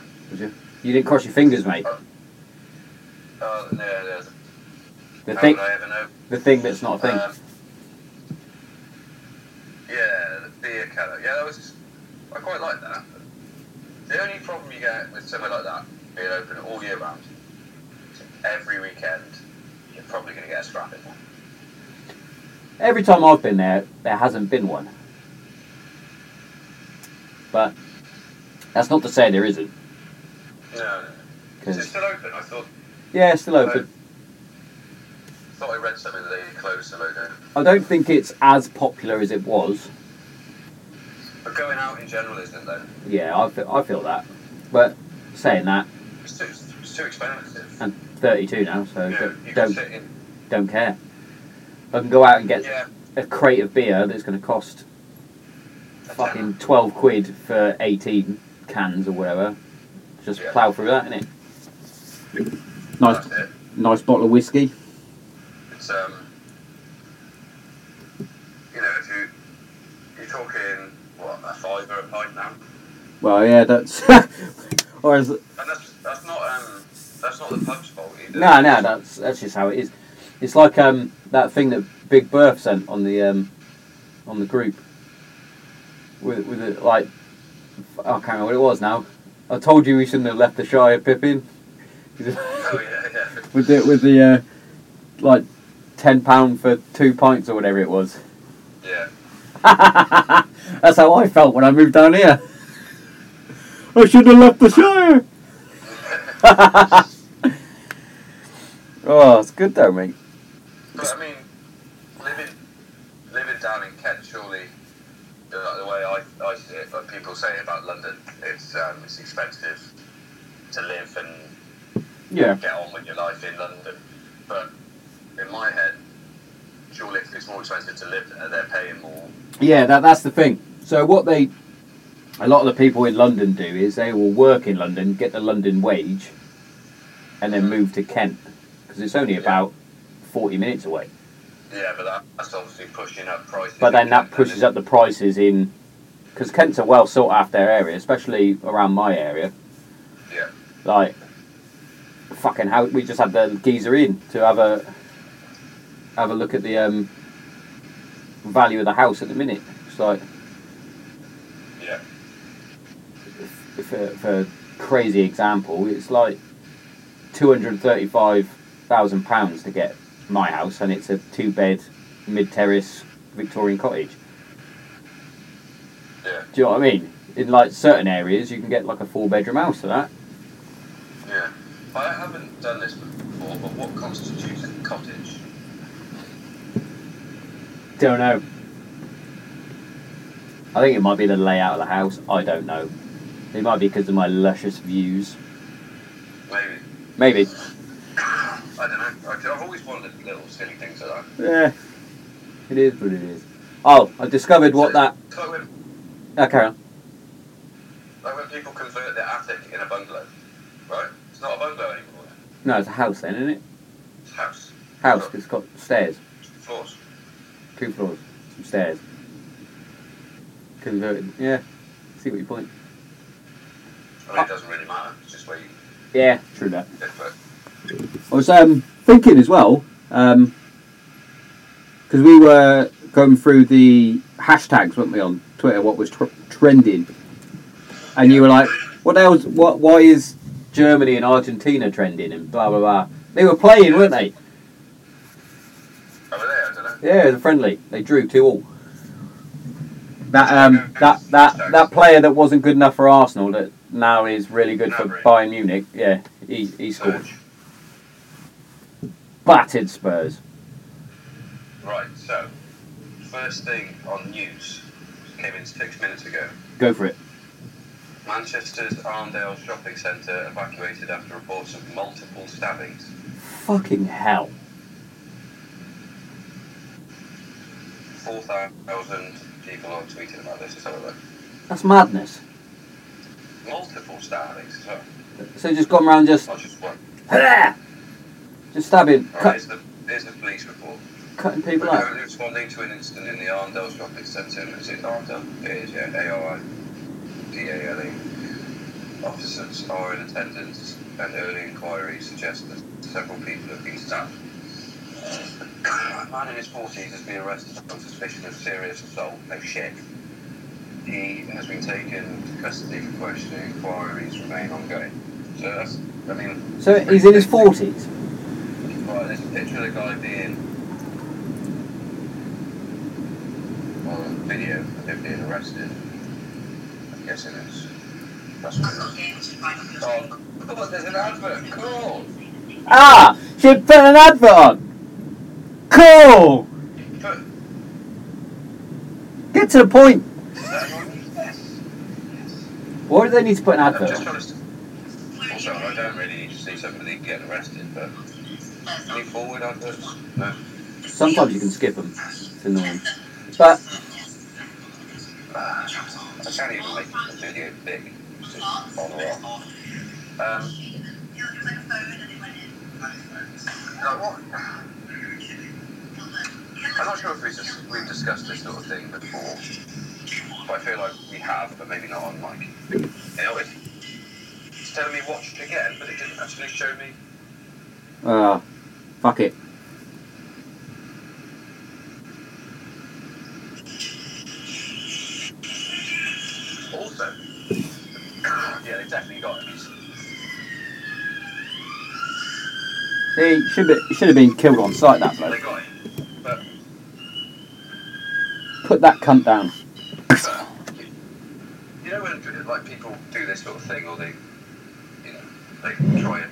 Speaker 3: You didn't cross your fingers, mate.
Speaker 2: Oh, no, there's a
Speaker 3: The
Speaker 2: how
Speaker 3: thing,
Speaker 2: would I ever know?
Speaker 3: the thing that's not a thing.
Speaker 2: Um, yeah, the beer keller. Yeah, that was. I quite like that. The only problem you get with somewhere like that being open all year round, is every weekend, you're probably going to get a scrap in there.
Speaker 3: Every time I've been there, there hasn't been one. But that's not to say there isn't,
Speaker 2: No, no. Is it
Speaker 3: because
Speaker 2: still open? I thought
Speaker 3: yeah, it's still open.
Speaker 2: thought I read something that they closed the logo.
Speaker 3: I don't think it's as popular as it was.
Speaker 2: But going out in general isn't it, though.
Speaker 3: Yeah, I feel, I feel that. But saying that,
Speaker 2: It's too, it's too expensive.
Speaker 3: I'm 32 now, so
Speaker 2: You know,
Speaker 3: don't
Speaker 2: you can
Speaker 3: don't,
Speaker 2: sit in.
Speaker 3: don't care. I can go out and get
Speaker 2: Yeah,
Speaker 3: a crate of beer that's going to cost
Speaker 2: a tenner.
Speaker 3: fucking 12 quid for 18 cans or whatever. Just
Speaker 2: Yeah.
Speaker 3: plough through that, innit?
Speaker 5: Nice,
Speaker 2: That's it.
Speaker 5: nice bottle of whiskey.
Speaker 2: It's um, you know, if you you're talking what a fiver a pint now,
Speaker 5: Well, yeah, that's. or is it-
Speaker 2: and that's that's not um, that's not the pub's fault either.
Speaker 3: No, no, that's that's just how it is. It's like um that thing that Big Berth sent on the um on the group with with it like I can't remember what it was now. I told you we shouldn't have left the Shire Pippin
Speaker 2: Oh yeah, yeah.
Speaker 5: with the with the uh, like
Speaker 3: ten pound for two pints or whatever it was.
Speaker 2: Yeah,
Speaker 3: That's how I felt when I moved down here.
Speaker 5: I should have left the Shire.
Speaker 3: Oh, it's good though, mate.
Speaker 2: but I mean, living living down in Kent, surely uh, the way I I see it, like people say about London, it's um, it's expensive to live and
Speaker 3: Yeah.
Speaker 2: get on with your life in London. But in my head, surely if it's more expensive to live there, they're paying more.
Speaker 3: Yeah, that that's the thing. So what they a lot of the people in London do is they will work in London, get the London wage, and then move to Kent because it's only
Speaker 2: Yeah.
Speaker 3: about forty minutes away.
Speaker 2: Yeah, but that, that's obviously pushing up prices.
Speaker 3: But then that pushes up the prices in because Kent's a well sought after area, especially around my area.
Speaker 2: Yeah.
Speaker 3: Like, fucking how we just had the geezer in to have a have a look at the um, value of the house at the minute. It's like
Speaker 2: Yeah.
Speaker 3: for, for a crazy example, it's like two hundred thirty-five thousand pounds to get my house, and it's a two-bed mid-terrace Victorian cottage.
Speaker 2: Yeah.
Speaker 3: Do you know what I mean? In like certain areas, you can get like a four-bedroom house for that.
Speaker 2: Yeah. I haven't done this before, but what constitutes a cottage?
Speaker 3: Don't know. I think it might be the layout of the house. I don't know. It might be because of my luscious views.
Speaker 2: Maybe.
Speaker 3: Maybe.
Speaker 2: I don't know. I- I've always wanted little silly things like that.
Speaker 3: Yeah. It is what it is. Oh, I discovered what that.
Speaker 2: It's like when,
Speaker 3: Oh, carry on.
Speaker 2: like when people convert their attic in a bungalow, right? It's not a bungalow anymore.
Speaker 3: No, it's a house then, isn't it?
Speaker 2: It's a house.
Speaker 3: House. 'cause It's got stairs.
Speaker 2: Floors.
Speaker 3: Two floors, some stairs. Converted. Yeah. See what you point.
Speaker 2: I mean, it doesn't really matter. It's just where you
Speaker 3: Yeah. True that.
Speaker 2: live. But
Speaker 5: I was um, thinking as well, because
Speaker 3: um,
Speaker 5: we were going through the hashtags, weren't we, on Twitter? What was tr- trending? And you were like, "What the hell's What? Why is?"
Speaker 3: Germany and Argentina trending and blah blah blah. They were playing, weren't they?
Speaker 2: over there, I don't know.
Speaker 3: Yeah, the friendly. They drew two all.
Speaker 5: That um,
Speaker 3: That that that player that wasn't good enough for Arsenal that now is really good for
Speaker 2: Gnabry.
Speaker 3: Bayern Munich. Yeah, he, he scored.
Speaker 2: Surge.
Speaker 3: Battered Spurs.
Speaker 2: Right, so, first thing on news came in six minutes ago.
Speaker 3: Go for it.
Speaker 2: Manchester's Arndale shopping centre evacuated after reports of multiple stabbings.
Speaker 3: Fucking hell.
Speaker 2: 4,000 people are tweeting about this or something.
Speaker 3: That's madness.
Speaker 2: Multiple stabbings as well,
Speaker 3: So just gone round just
Speaker 2: not just one.
Speaker 3: Hurrah! just stabbing,
Speaker 2: Right,
Speaker 3: cut,
Speaker 2: here's, the, here's the police report.
Speaker 3: cutting
Speaker 2: We're
Speaker 3: people up.
Speaker 2: currently responding to an incident in the Arndale shopping centre. Is it Arndale? It is, yeah. A-R-I-D-A-L-E. E. Officers are in attendance and early inquiries suggest that several people have been stabbed. Uh, A man in his 40s has been arrested on suspicion of serious assault. No shit. He has been taken into custody for questioning. Inquiries remain ongoing. So that's, I mean,
Speaker 3: So he's in his forties.
Speaker 2: Right, there's a picture of the guy being on video of him being arrested. I'm guessing it's that's what it is. Oh, cool, there's an advert, cool!
Speaker 3: Ah, she put an advert on. Cool.
Speaker 2: But
Speaker 3: Get to the point.
Speaker 2: is that on? Yes.
Speaker 3: Why do they need to put an
Speaker 2: I'm
Speaker 3: advert?
Speaker 2: just
Speaker 3: on?
Speaker 2: trying to also I don't really need to see somebody getting arrested, but any forward adverts? No.
Speaker 3: Sometimes you can skip them. It's annoying. But
Speaker 2: I can't even make the video big. It's just on or off. Um, like what? I'm not sure if we just, we've discussed this sort of thing before, but I feel like we have, but maybe not on mic. You know, it's, it's telling me watch it again, but it didn't actually show me.
Speaker 3: ah,
Speaker 5: Uh, fuck it.
Speaker 2: Also, yeah, they definitely got it.
Speaker 5: He should be, should have been killed on sight. That
Speaker 2: They
Speaker 5: bloke.
Speaker 2: got it. But,
Speaker 5: Put that cunt down.
Speaker 2: but you- you know when like people do this sort of thing, or they, you know, they try and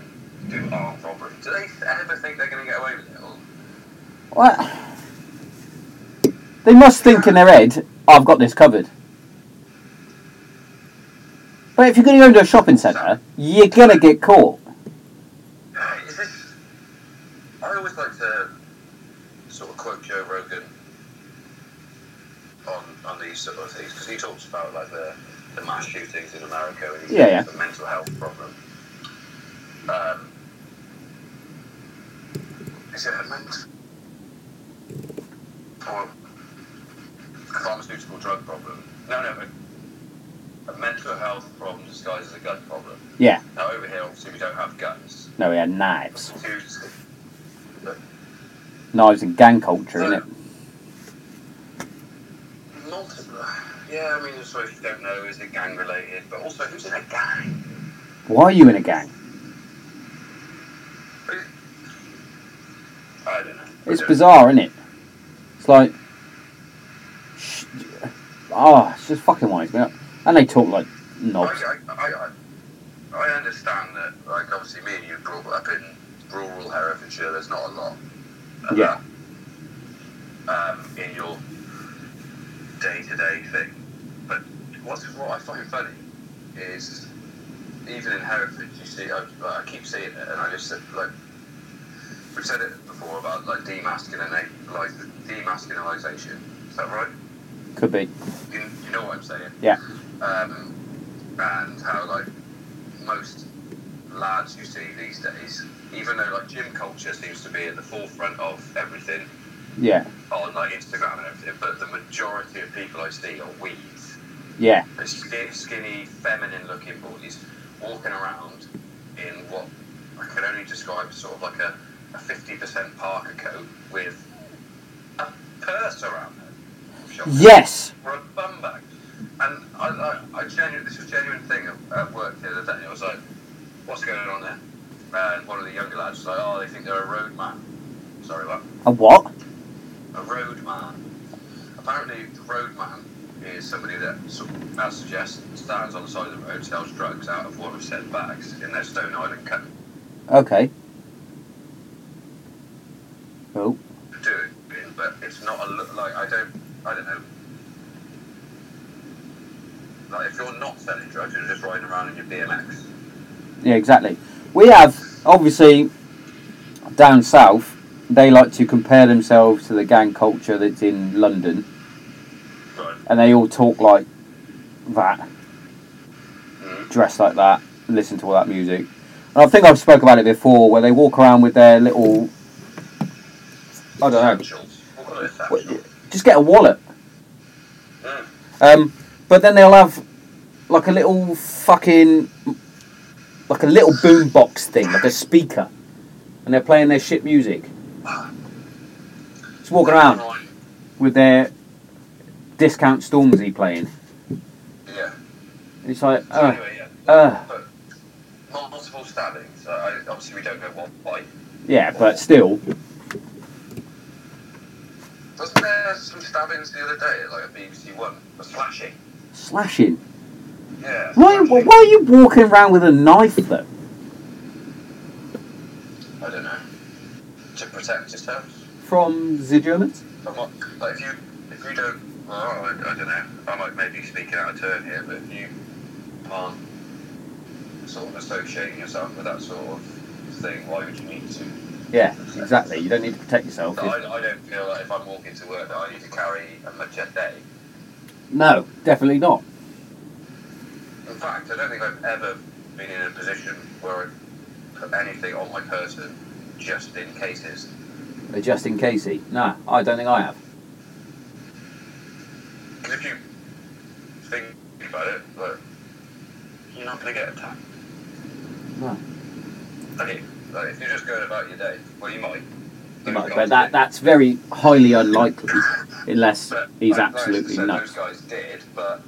Speaker 2: do armed robbery. Do they ever think they're going to get away with it? Or
Speaker 5: What? They must think in their head, I've got this covered. But if you're going to go into a shopping centre, you're going to get caught.
Speaker 2: Is this? I always like to sort of quote Joe Rogan on on these sort of things because he talks about like the, the mass shootings in America and he
Speaker 5: Yeah, yeah.
Speaker 2: the mental health problem. Um, is it a mental or a pharmaceutical drug problem? No, no, a a mental health problem disguised as a gut problem.
Speaker 3: Yeah.
Speaker 2: Now over here, obviously, we don't have guns.
Speaker 3: No, we had knives.
Speaker 2: Two-
Speaker 3: Knives and gang culture, innit?
Speaker 2: Multiple. Yeah, I mean, so if you don't know, is it gang related? But also, who's in a gang?
Speaker 3: Why are you in a gang?
Speaker 2: I don't know. I
Speaker 3: It's
Speaker 2: don't-
Speaker 3: bizarre, isn't it? It's like, sh- oh, it's just fucking winds me up. And they talk like
Speaker 2: I,
Speaker 3: knobs.
Speaker 2: I, I, I, I understand that, like, obviously, me and you grew up in rural Herefordshire, there's not a lot. of
Speaker 3: Yeah.
Speaker 2: that, Um, in your day to day thing. But what's, what I find funny is, even in Hereford, you see, I, I keep seeing it, and I just said, like, we've said it before about, like, demasculinate, like, demasculinization. Is that right?
Speaker 3: Could be.
Speaker 2: you, you know what I'm saying?
Speaker 3: Yeah.
Speaker 2: Um, and how like most lads you see these days, even though like gym culture seems to be at the forefront of everything
Speaker 3: Yeah,
Speaker 2: on like Instagram and everything, but the majority of people I see are weeds,
Speaker 3: yeah,
Speaker 2: They're ski- skinny, feminine-looking bodies walking around in what I can only describe as sort of like a a fifty percent Parker coat with a purse around them. Shock
Speaker 3: yes.
Speaker 2: were a bum bag. And I, I, I genuinely, this was a genuine thing at, at work the other day. I was like, what's going on there? And one of the younger lads was like, oh, they think they're a road man. Sorry, what?
Speaker 3: A what?
Speaker 2: A road man. Apparently, the road man is somebody that, sort of, as suggests, stands on the side of the road, sells drugs out of one of said bags in their Stone Island country.
Speaker 3: Okay. Oh,
Speaker 2: Do it, but it's not a look like I don't, I don't know. Like, if you're not selling drugs, you're just riding around in your BMX.
Speaker 3: yeah, exactly. We have obviously down south. They like to compare themselves to the gang culture that's in London,
Speaker 2: Right.
Speaker 3: and they all talk like that.
Speaker 2: Mm.
Speaker 3: dress like that, listen to all that music. And I think I've spoke about it before, where they walk around with their little, I don't know,
Speaker 2: Satchels. What colour is
Speaker 3: What-
Speaker 2: satchel?
Speaker 3: just get a wallet.
Speaker 2: Mm.
Speaker 3: Um, but then they'll have like a little fucking, like a little boombox thing, like a speaker, and they're playing their shit music. Just walking around
Speaker 2: Right.
Speaker 3: with their discount Stormzy playing.
Speaker 2: Yeah.
Speaker 3: And it's like,
Speaker 2: So
Speaker 3: uh,
Speaker 2: anyway, yeah.
Speaker 3: uh,
Speaker 2: Multiple stabbings. Uh, I, obviously, we don't know what bite.
Speaker 3: yeah, but still,
Speaker 2: Wasn't there some stabbings the other day at like a BBC One? A slashing.
Speaker 3: slashing.
Speaker 2: Yeah.
Speaker 3: Why, why
Speaker 2: slashing.
Speaker 3: are you walking around with a knife though?
Speaker 2: I don't know. To protect yourself.
Speaker 3: from the Germans?
Speaker 2: From what? Like if you if you don't, well, I, I don't know. I might maybe speaking out of turn here, but if you aren't sort of associating yourself with that sort of thing, why would you need to?
Speaker 3: Yeah, exactly. You don't need to protect yourself.
Speaker 2: That I, I don't feel that if I'm walking to work that I need to carry a machete.
Speaker 3: No, definitely not.
Speaker 2: In fact, I don't think I've ever been in a position where I put anything on my person just in cases.
Speaker 3: Uh, Just in Casey. No, I don't think I have.
Speaker 2: Because if you think about it, like, you're not going to get attacked.
Speaker 3: No.
Speaker 2: Okay, like, if you're just going about your day, well, you might.
Speaker 3: You
Speaker 2: Those
Speaker 3: might,
Speaker 2: guys
Speaker 3: but that,
Speaker 2: did.
Speaker 3: that's very highly unlikely, unless
Speaker 2: But, like,
Speaker 3: he's
Speaker 2: like I
Speaker 3: absolutely
Speaker 2: said,
Speaker 3: nuts.
Speaker 2: Those guys did, but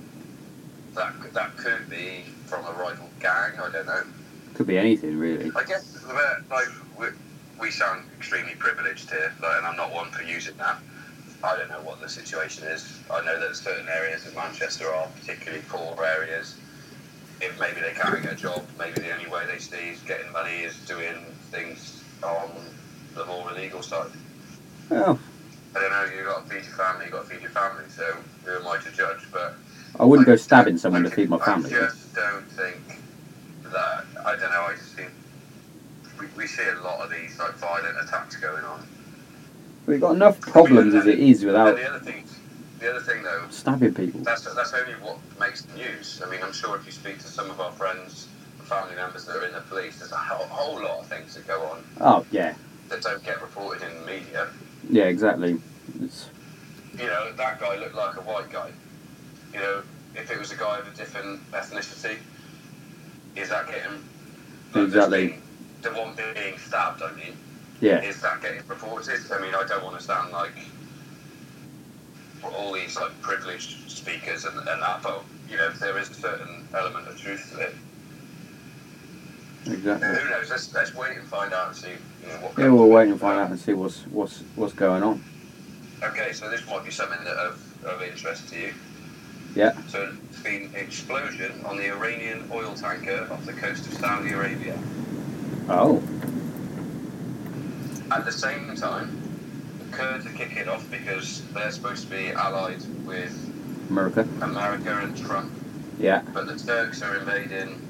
Speaker 2: that, that could be from a rival gang, I don't know.
Speaker 3: Could be anything, really.
Speaker 2: I guess the bit, like we, we sound extremely privileged here, like, and I'm not one for using that. I don't know what the situation is. I know that certain areas of Manchester are particularly poor areas. If maybe they can't get a job, maybe the only way they see is getting money is doing things on the more illegal side.
Speaker 3: Well,
Speaker 2: I don't know. You got to feed your family. You got to feed your family. So who am I to judge? But
Speaker 3: I wouldn't go
Speaker 2: I-
Speaker 3: stabbing someone
Speaker 2: I
Speaker 3: to feed my
Speaker 2: ju-
Speaker 3: family.
Speaker 2: I just don't think that. I don't know. I just think we, we see a lot of these like violent attacks going on.
Speaker 3: We've got enough problems as it is
Speaker 2: And
Speaker 3: without
Speaker 2: the other thing, the other thing though,
Speaker 3: stabbing people.
Speaker 2: that's that's only what makes the news. I mean, I'm sure if you speak to some of our friends, family members that are in the police, there's a whole, whole lot of things that go on
Speaker 3: Oh, yeah.
Speaker 2: that don't get reported in the media.
Speaker 3: Yeah, exactly. It's,
Speaker 2: you know, that guy looked like a white guy. You know, if it was a guy of a different ethnicity, is that getting
Speaker 5: Exactly.
Speaker 2: the one being stabbed? I mean,
Speaker 5: Yeah.
Speaker 2: is that getting reported? I mean, I don't want to sound like all these like privileged speakers and, and that, but you know, there is a certain element of truth to it.
Speaker 5: Exactly.
Speaker 2: Who knows? Let's, let's wait and find out and see you know, what.
Speaker 5: Yeah, we'll wait and find out and see what's what's what's going on.
Speaker 2: Okay, so this might be something that of, of interest to you.
Speaker 5: Yeah.
Speaker 2: So it's been an explosion on the Iranian oil tanker off the coast of Saudi Arabia.
Speaker 5: Oh.
Speaker 2: At the same time, the Kurds are kicking off because they're supposed to be allied with
Speaker 5: America.
Speaker 2: America and Trump,
Speaker 5: Yeah.
Speaker 2: but the Turks are invading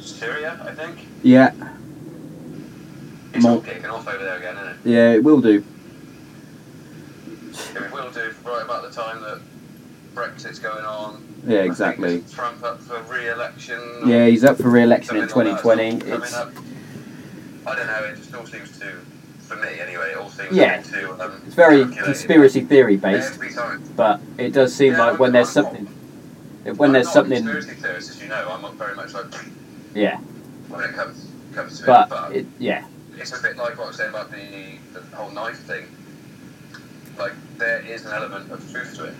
Speaker 2: Syria, I think.
Speaker 5: Yeah.
Speaker 2: It's all
Speaker 5: Mul-
Speaker 2: kicking off over there again, isn't
Speaker 5: Yeah. It will do.
Speaker 2: it? It will do right about the time that Brexit's going on.
Speaker 5: Yeah.
Speaker 2: I think
Speaker 5: Exactly.
Speaker 2: it's Trump up for re-election. or
Speaker 5: Yeah. He's up for re-election in
Speaker 2: something like that.
Speaker 5: 2020.
Speaker 2: It's all coming
Speaker 5: It's
Speaker 2: up. I don't know. It just all seems to, for me anyway, it all seems
Speaker 3: Yeah.
Speaker 2: a bit too. Um,
Speaker 3: It's very
Speaker 2: calculated.
Speaker 3: conspiracy theory based,
Speaker 2: Every time.
Speaker 3: but it does seem
Speaker 2: Yeah,
Speaker 3: like when
Speaker 2: I'm-
Speaker 3: there's
Speaker 2: I'm-
Speaker 3: something, when
Speaker 2: I'm
Speaker 3: there's
Speaker 2: not a
Speaker 3: something,
Speaker 2: Conspiracy theorist, as you know, I'm not very much like
Speaker 3: yeah.
Speaker 2: when it comes comes to it.
Speaker 3: But
Speaker 2: But
Speaker 3: it, yeah,
Speaker 2: it's a bit like what I was saying about the, the whole knife thing. Like there is an element of truth to it.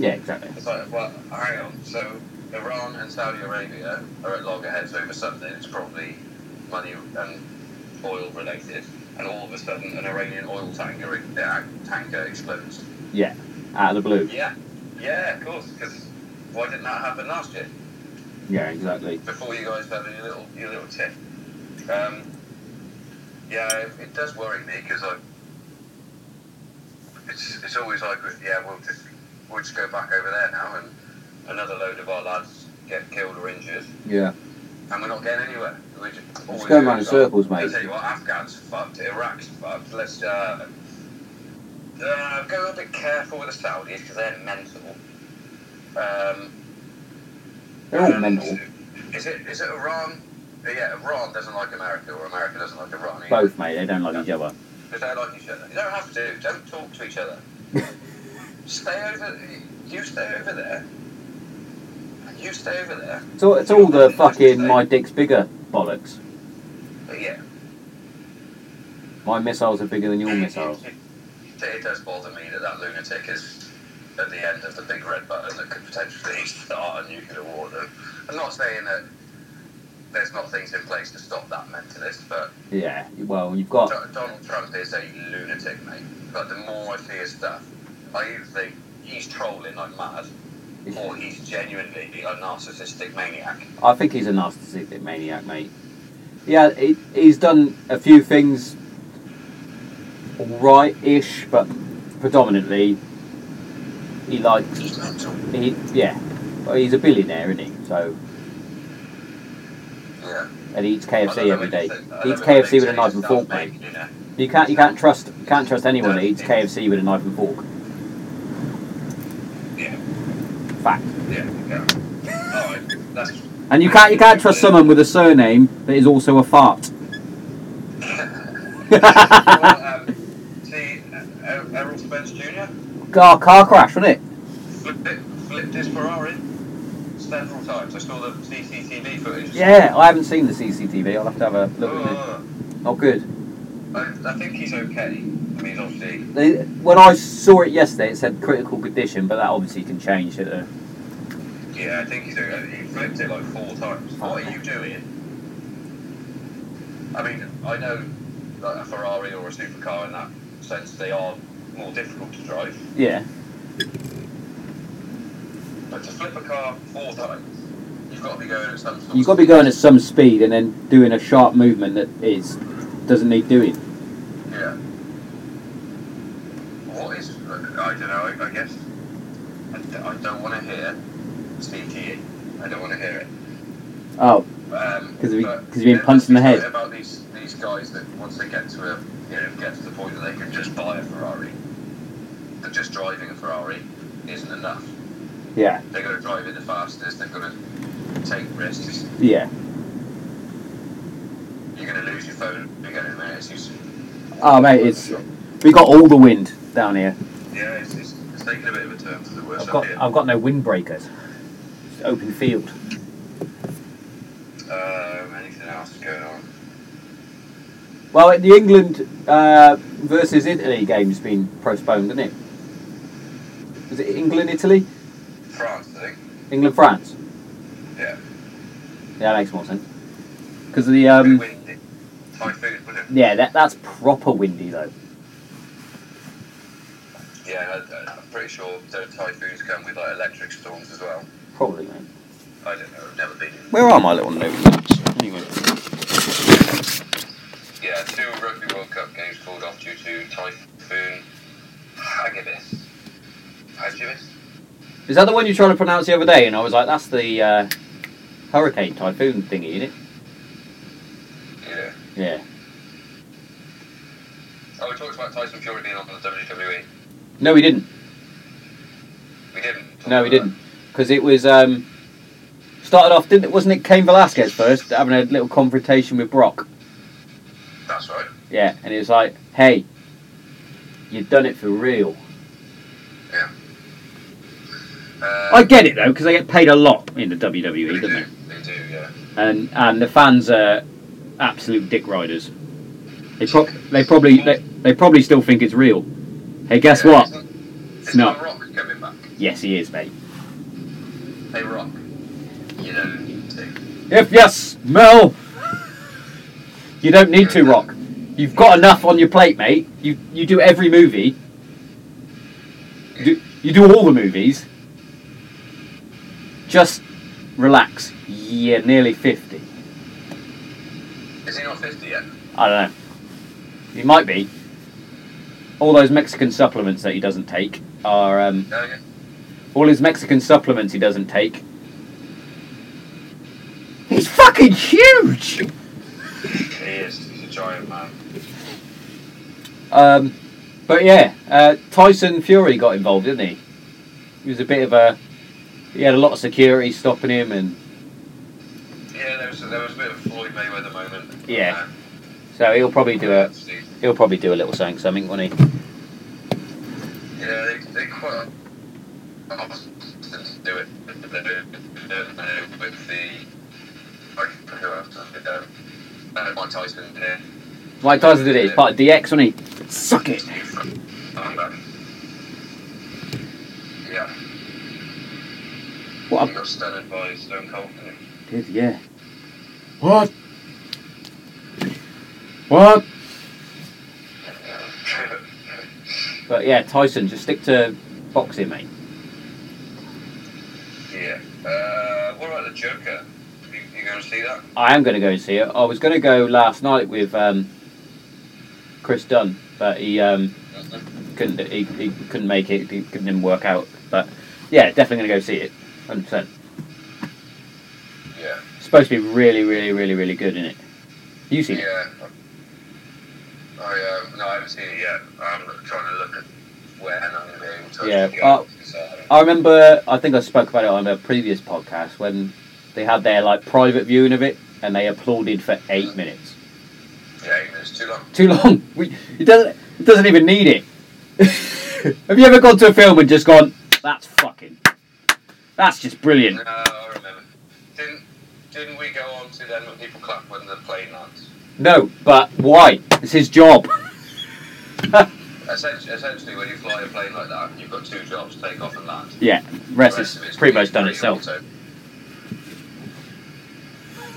Speaker 3: yeah, exactly.
Speaker 2: It's like, well, hang on. So Iran and Saudi Arabia are at loggerheads over something. It's probably money and oil related. And all of a sudden, an Iranian oil tanker uh, tanker explodes.
Speaker 3: Out of the blue.
Speaker 2: Yeah, yeah, of course. Because why didn't that happen last year?
Speaker 3: Yeah, exactly.
Speaker 2: Before you guys had your little your little tip. Um, yeah, it, it does worry me because I. It's, it's always like, yeah, we'll just we'll just go back over there now, and another load of our lads get killed or injured,
Speaker 3: Yeah,
Speaker 2: and we're not getting anywhere. We're just always
Speaker 3: going round in circles,
Speaker 2: I
Speaker 3: mate.
Speaker 2: tell you what, Afghans fucked, Iraq's fucked. Let's uh, uh, go a bit careful with the Saudis because they're mental. Um,
Speaker 3: They're all
Speaker 2: um,
Speaker 3: mental.
Speaker 2: Is it is it Iran? Uh, Yeah, Iran doesn't like America, or America doesn't like Iran. either.
Speaker 3: Both, mate. They don't like each other.
Speaker 2: They don't like each other. You don't have to. Don't talk to each other. stay over. You stay over there. And You stay over there.
Speaker 3: So it's all the fucking my dick's bigger bollocks.
Speaker 2: But yeah,
Speaker 3: My missiles are bigger than your missiles.
Speaker 2: It, it does bother me that that lunatic is at the end of the big red button that could potentially start a nuclear war. Though I'm not saying that there's not things in place to stop that mentalist, but
Speaker 3: Yeah. Well, you've got
Speaker 2: Don- Donald Trump is a lunatic, mate. But the more I see his stuff, I either think he's trolling like mad, or he's genuinely a narcissistic maniac.
Speaker 3: I think he's a narcissistic maniac, mate. Yeah, he, he's done a few things right ish, but predominantly he likes.
Speaker 2: He's mental.
Speaker 3: He, yeah, well, he's a billionaire, isn't he? So
Speaker 2: Yeah.
Speaker 3: and he eats
Speaker 2: I don't
Speaker 3: KFC
Speaker 2: know
Speaker 3: every
Speaker 2: what
Speaker 3: day.
Speaker 2: you think. I
Speaker 3: He
Speaker 2: don't
Speaker 3: eats
Speaker 2: know what
Speaker 3: KFC
Speaker 2: you
Speaker 3: with a
Speaker 2: think
Speaker 3: knife and
Speaker 2: yourself,
Speaker 3: fork, mate.
Speaker 2: You know?
Speaker 3: You can't you can't trust you can't trust anyone that eats KFC with a knife and fork.
Speaker 2: Yeah.
Speaker 3: Fact.
Speaker 2: Yeah. yeah. All right. That's
Speaker 5: and you can't you can't trust someone with a surname that is also a fart.
Speaker 2: well, um, see, uh, Er- Errol Spence Jr.
Speaker 5: Car car crash, wasn't it?
Speaker 2: flipped, it, flipped his Ferrari several times. I saw the CCTV footage.
Speaker 3: Yeah, I haven't seen the CCTV. I'll have to have a look at it.
Speaker 2: Oh,
Speaker 3: Oh, good.
Speaker 2: I, I think he's okay. I mean, obviously,
Speaker 3: They- When I saw it yesterday, it said critical condition, but that obviously can change. At a,
Speaker 2: Yeah, I think he's doing He flipped it like four times. What are you doing? I mean, I know like a Ferrari or a supercar in that sense, they are more difficult to drive.
Speaker 3: yeah,
Speaker 2: But to flip a car four times, you've got to be going at some sort
Speaker 5: You've got to be going at some speed and then doing a sharp movement that is doesn't need doing.
Speaker 2: Yeah. What is. I don't know, I, I guess. I, d- I don't want to hear CTE. I don't want to hear it.
Speaker 5: Oh,
Speaker 2: Um,
Speaker 5: 'Cause we-
Speaker 2: but
Speaker 5: 'cause you've been
Speaker 2: there
Speaker 5: punched in the
Speaker 2: must
Speaker 5: head.
Speaker 2: be something About these these guys that once they get to a you know get to the point that they can just buy a Ferrari, that just driving a Ferrari isn't enough.
Speaker 5: yeah,
Speaker 2: They've got to drive it the fastest. They've got to take risks.
Speaker 5: yeah.
Speaker 2: You're going to lose your phone again in a minute. It's just,
Speaker 5: Oh mate, it's we got all the wind down here.
Speaker 2: yeah, it's, it's, it's it's taken a bit of a turn for the worse.
Speaker 3: I've
Speaker 2: up
Speaker 3: got
Speaker 2: here.
Speaker 3: I've got no windbreakers. It's open field.
Speaker 2: Um, anything else going on?
Speaker 3: Well, the England uh, versus Italy game's been postponed, isn't it? Is it England Italy?
Speaker 2: France, I think.
Speaker 3: England France.
Speaker 2: Yeah.
Speaker 3: Yeah, that makes more sense.
Speaker 5: Because the
Speaker 2: Um,
Speaker 5: um,
Speaker 2: bit windy. Typhoon, wouldn't it?
Speaker 3: Yeah, that that's proper windy though.
Speaker 2: Yeah, I, I'm pretty sure the typhoons come with like electric storms as well.
Speaker 3: Probably, mate.
Speaker 2: I don't know, I've never been.
Speaker 5: where are my little notes? Anyway,
Speaker 2: Yeah, two Rugby World Cup games called off due to typhoon Hagibis. Hagibis?
Speaker 3: Is that the one you tried to pronounce the other day? And I was like, that's the uh, hurricane typhoon thingy, isn't it?
Speaker 2: Yeah.
Speaker 3: Yeah.
Speaker 2: Oh, we talked about Tyson Fury being on the WWE.
Speaker 3: No, we didn't.
Speaker 2: We didn't. talk
Speaker 3: No,
Speaker 2: about
Speaker 3: we didn't. Because it was um, started off, didn't it? Wasn't it Cain Velasquez first having a little confrontation with Brock?
Speaker 2: that. That's right.
Speaker 3: Yeah, and it was like, hey, you've done it for real.
Speaker 2: Uh,
Speaker 5: I get it though because they get paid a lot in the WWE,
Speaker 2: they
Speaker 5: don't
Speaker 2: do.
Speaker 5: they?
Speaker 2: They do, yeah.
Speaker 5: And and the fans are absolute dick riders. They, pro- they probably they, they probably still think it's real. Hey, guess
Speaker 2: Yeah,
Speaker 5: what?
Speaker 2: Isn't,
Speaker 5: It's
Speaker 2: isn't
Speaker 5: not.
Speaker 2: The Rock coming back?
Speaker 5: Yes, he is, mate.
Speaker 2: Hey, Rock. You don't need to.
Speaker 5: If yes, Mel.
Speaker 3: You don't need to, Rock. You've got enough on your plate, mate. You you do every movie. You do, you do all the movies. Just relax. You're nearly 50.
Speaker 2: Is he not 50 yet?
Speaker 3: I don't know. He might be. All those Mexican supplements that he doesn't take are. Um,
Speaker 2: No, yeah.
Speaker 3: all his Mexican supplements he doesn't take. He's fucking huge!
Speaker 2: He is. He's a giant man.
Speaker 3: Um, but yeah, uh, Tyson Fury got involved, didn't he? He was a bit of a. He had a lot of security stopping him, and
Speaker 2: Yeah, there was, there was a bit of a Floyd Mayweather moment. Um,
Speaker 3: Yeah. so he'll probably do a he'll probably do a little something, something, won't he?
Speaker 2: Yeah, they, they quite often do it. They do it with the. I can who else? Um, uh, Mike Tyson did it.
Speaker 3: Mike Tyson did it. It's part of DX, wasn't he?
Speaker 5: Suck it.
Speaker 2: Um, um, yeah,
Speaker 5: What
Speaker 2: he got stunned by Stone Cold. didn't he?
Speaker 5: a did, yeah. What? What?
Speaker 3: But yeah, Tyson, just stick to boxing, mate.
Speaker 2: yeah. Uh, what about the Joker? You, you going to see that?
Speaker 3: I am going to go and see it. I was going to go last night with um, Chris Dunn, but he um,
Speaker 2: Mm-hmm.
Speaker 3: couldn't. He, he couldn't make it. He couldn't even work out. But yeah, definitely going to go see it. Hundred percent.
Speaker 2: Yeah.
Speaker 3: Supposed to be really, really, really, really good in it. You seen it?
Speaker 2: Yeah. I, um, no, I haven't seen it yet. I'm trying to look at when I'm going to be able to.
Speaker 3: Yeah,
Speaker 2: actually
Speaker 3: uh,
Speaker 2: go, 'cause, uh,
Speaker 3: I remember. I think I spoke about it on a previous podcast when they had their like private viewing of it, and they applauded for eight minutes.
Speaker 2: yeah, even it's too long.
Speaker 3: Too long. We, it doesn't. It doesn't even need it. Have you ever gone to a film and just gone? That's fucking. That's just brilliant.
Speaker 2: No, I remember. Didn't didn't we go on to then when people clap when the plane lands?
Speaker 3: No, but why? It's his job.
Speaker 2: Essentially, essentially, when you fly a plane like that, you've got two jobs: take off and land.
Speaker 3: Yeah,
Speaker 2: The rest
Speaker 3: rest is
Speaker 2: of it's
Speaker 3: pretty much done
Speaker 2: pretty
Speaker 3: itself.
Speaker 2: auto.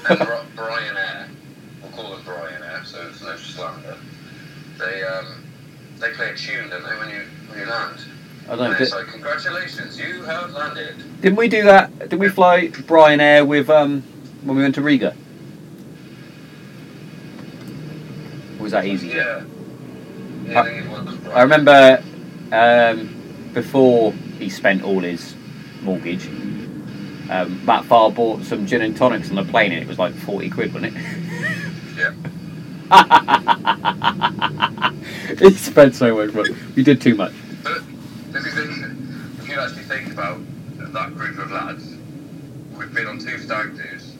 Speaker 2: and Bri- Brian Air, we'll call them Brian Air, so it's no slander. They um, they play a tune, don't they, when you when you land?
Speaker 3: I
Speaker 2: And
Speaker 3: don't.
Speaker 2: it's
Speaker 3: Did,
Speaker 2: like, congratulations, you have landed.
Speaker 3: didn't we do that? Did we fly Brian Air with um when we went to Riga? Or was that easy?
Speaker 2: Yeah.
Speaker 3: I-
Speaker 2: Yeah, I, think it was Brian.
Speaker 3: I remember um, before he spent all his mortgage, um, Matt Farr bought some gin and tonics on the plane, and it was like forty quid, wasn't
Speaker 2: Yeah.
Speaker 3: it? he spent so much money. We did too much.
Speaker 2: But if you think, if you actually think about that group of lads, we've been on two stag do's,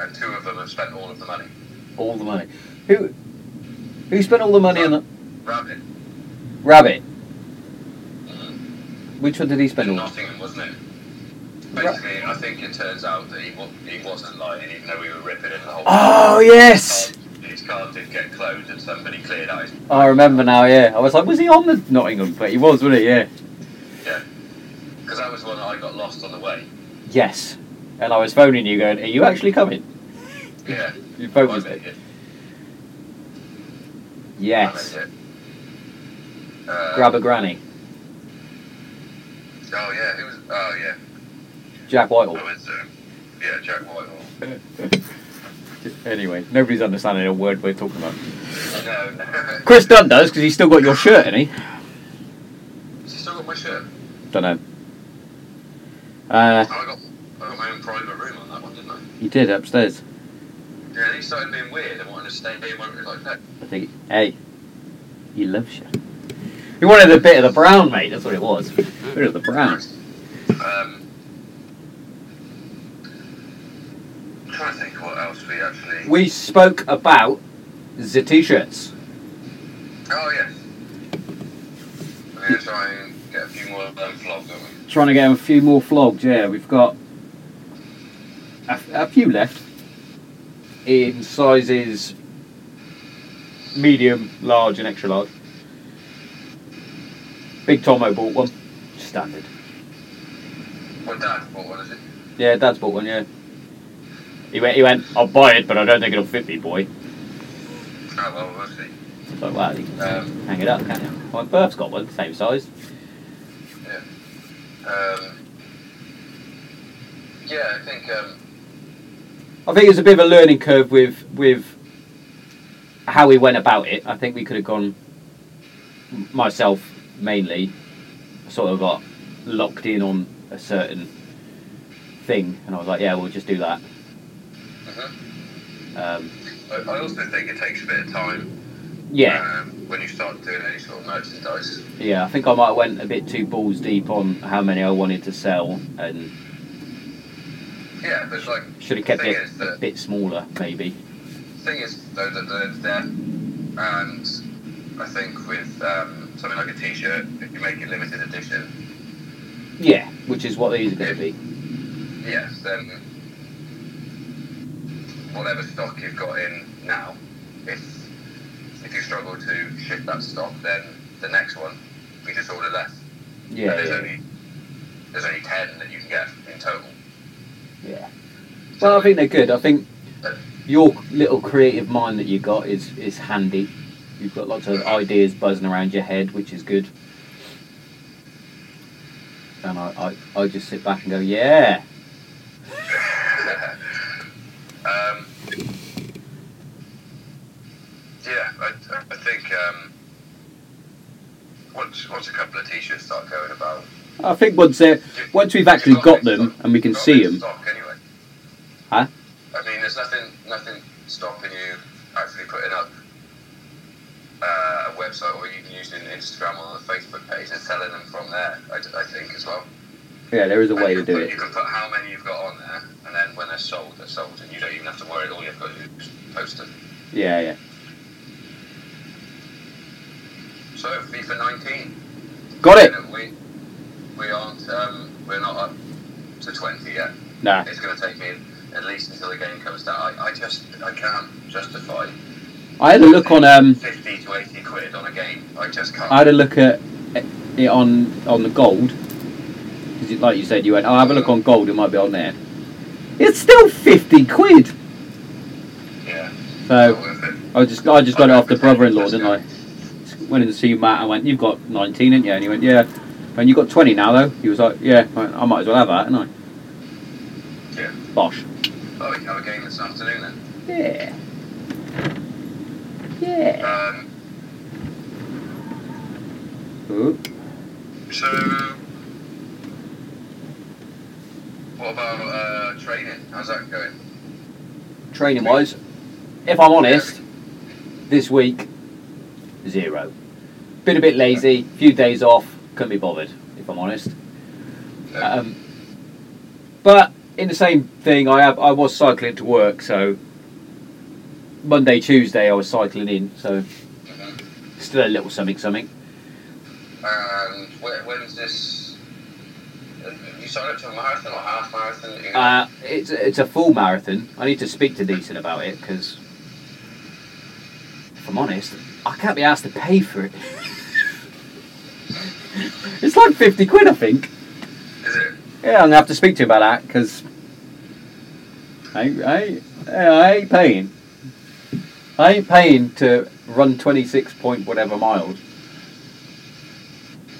Speaker 2: and two of them have spent all of the money.
Speaker 3: All the money. Who? Who spent all the money on the
Speaker 2: Rabbit.
Speaker 3: rabbit? Which one did he spend
Speaker 2: in
Speaker 3: all?
Speaker 2: Nottingham, wasn't it? Basically, I think it turns out that he, wa- he wasn't lying, even though we were ripping it the whole
Speaker 3: Oh yes,
Speaker 2: time. His car did get closed and somebody cleared out his
Speaker 3: I remember now. Yeah, I was like, was he on the Nottingham? But he was, wasn't he? Yeah.
Speaker 2: Because that was one that I got lost on the way.
Speaker 3: Yes. And I was phoning you, going, "Are you actually coming?"
Speaker 2: Yeah.
Speaker 3: You
Speaker 2: I
Speaker 3: phoned was
Speaker 2: made
Speaker 3: it.
Speaker 2: it.
Speaker 3: Yes.
Speaker 2: I made it. Uh,
Speaker 3: Grab a granny.
Speaker 2: Oh, yeah. Who was. Oh, yeah.
Speaker 3: Jack Whitehall.
Speaker 2: That was. Um, yeah, Jack Whitehall.
Speaker 3: Anyway, nobody's understanding a word we're talking about.
Speaker 2: No, no.
Speaker 3: Chris Dunn does because he's still got your shirt, and he.
Speaker 2: Has he still got my shirt? Oh,
Speaker 3: Don't know. Uh,
Speaker 2: I got, I got my own private room on that one, didn't I?
Speaker 3: he did upstairs.
Speaker 2: Yeah, and he started being weird and wanting to stay in one room like that.
Speaker 3: I think. Hey, he loves you. He wanted a bit of the brown, mate. That's what it was. A bit of the brown.
Speaker 2: Um, I'm trying to think what else we actually.
Speaker 3: We spoke about the t-shirts.
Speaker 2: Oh, yes. We're going to try and get a few more of them vlogged, aren't we?
Speaker 5: Trying to get a few more flogged. Yeah, we've got
Speaker 3: A, a few left. In sizes medium, large, and extra large. Big Tomo bought one. Standard.
Speaker 2: Well, Dad bought one, is it?
Speaker 3: Yeah, Dad's bought one. Yeah. He went. He went. I'll buy it, but I don't think it'll fit me, boy.
Speaker 2: Oh, well, we'll see.
Speaker 3: It's like, wow, you can
Speaker 2: Um,
Speaker 3: hang it up, can't you? My birth's got one, same size.
Speaker 2: um, yeah, I think. Um,
Speaker 3: I think it's a bit of a learning curve with with how we went about it. I think we could have gone myself mainly sort of got locked in on a certain thing, and I was like, yeah, we'll just do that.
Speaker 2: mhm.
Speaker 3: Um,
Speaker 2: I I also think it takes a bit of time
Speaker 3: yeah,
Speaker 2: um, when you start doing any sort of merchandise.
Speaker 3: yeah. I think I might have went a bit too balls deep on how many I wanted to sell, and
Speaker 2: Yeah, but like
Speaker 3: should have kept
Speaker 2: thing
Speaker 3: it
Speaker 2: is
Speaker 3: a
Speaker 2: that-
Speaker 3: bit smaller, maybe.
Speaker 2: thing is though that they're there, and I think with um, something like a T-shirt, if you make it limited edition,
Speaker 3: Yeah, which is what these are going to be.
Speaker 2: yes, then whatever stock you've got in now, if if you struggle to ship that stock, then the next one we just order less. And
Speaker 3: Yeah,
Speaker 2: there's
Speaker 3: yeah,
Speaker 2: only there's only ten that you can get in total.
Speaker 3: yeah. Well, I think they're good. I think your little creative mind that you got is is handy. You've got lots of ideas buzzing around your head, which is good. And I, I, I just sit back and go, yeah,
Speaker 2: Um, yeah, I, I think um, once once a couple of t-shirts start going about,
Speaker 5: I think once they once we've actually got them and we can
Speaker 2: got
Speaker 5: see
Speaker 2: them
Speaker 5: them,
Speaker 2: in Stock anyway.
Speaker 5: Huh?
Speaker 2: I mean, there's nothing nothing stopping you actually putting up uh, a website or even using Instagram or the Facebook page and selling them from there. I, I think as well.
Speaker 5: yeah, there is a
Speaker 2: And
Speaker 5: way
Speaker 2: you
Speaker 5: to
Speaker 2: can
Speaker 5: do
Speaker 2: put-
Speaker 5: it.
Speaker 2: You can put how many you've got on there, and then when they're sold, they're sold, and you don't even have to worry. All you've got to do is post it.
Speaker 5: Yeah, yeah.
Speaker 2: So FIFA 19.
Speaker 5: Got it.
Speaker 2: We we aren't um, we're not up to 20 yet.
Speaker 5: Nah.
Speaker 2: It's going to take me at least until the game comes down. I, I just I can't justify
Speaker 5: I had a look on um
Speaker 2: 50 to 80 quid on a game. I just can't.
Speaker 5: I had a look at it on on the gold. 'Cause it- like you said, you went, oh, have a look on gold, it might be on there. It's still 50 quid.
Speaker 2: yeah.
Speaker 5: So
Speaker 2: not worth it.
Speaker 5: I just I just got it off the brother in law, didn't I? Went in to see Matt, I went, you've got 19, didn't you? And he went, yeah. And you got 20 now, though. He was like, yeah, I went, I might as well have that, and I?
Speaker 2: Yeah.
Speaker 5: Bosh.
Speaker 2: Oh, we can have a game this afternoon then.
Speaker 5: Yeah. Yeah.
Speaker 2: Um,
Speaker 5: Ooh.
Speaker 2: so uh, what about uh, training? How's that going?
Speaker 3: training wise. If I'm honest, this week, zero. Been a bit lazy, few days off, couldn't be bothered, if I'm honest. Um, but in the same thing, I have I was cycling to work, so Monday, Tuesday, I was cycling in, so
Speaker 2: Mhm.
Speaker 3: uh, still a little something, something.
Speaker 2: And where, when's this uh, You signed up to a marathon or half marathon? You know?
Speaker 3: Uh, it's it's a full marathon. I need to speak to Decent about it because, if I'm honest, I can't be asked to pay for it. it's like fifty quid, I think.
Speaker 2: Is it?
Speaker 3: Yeah, I'm gonna have to speak to you about that because I ain't, I, ain't, I ain't paying. I ain't paying to run twenty six point whatever miles.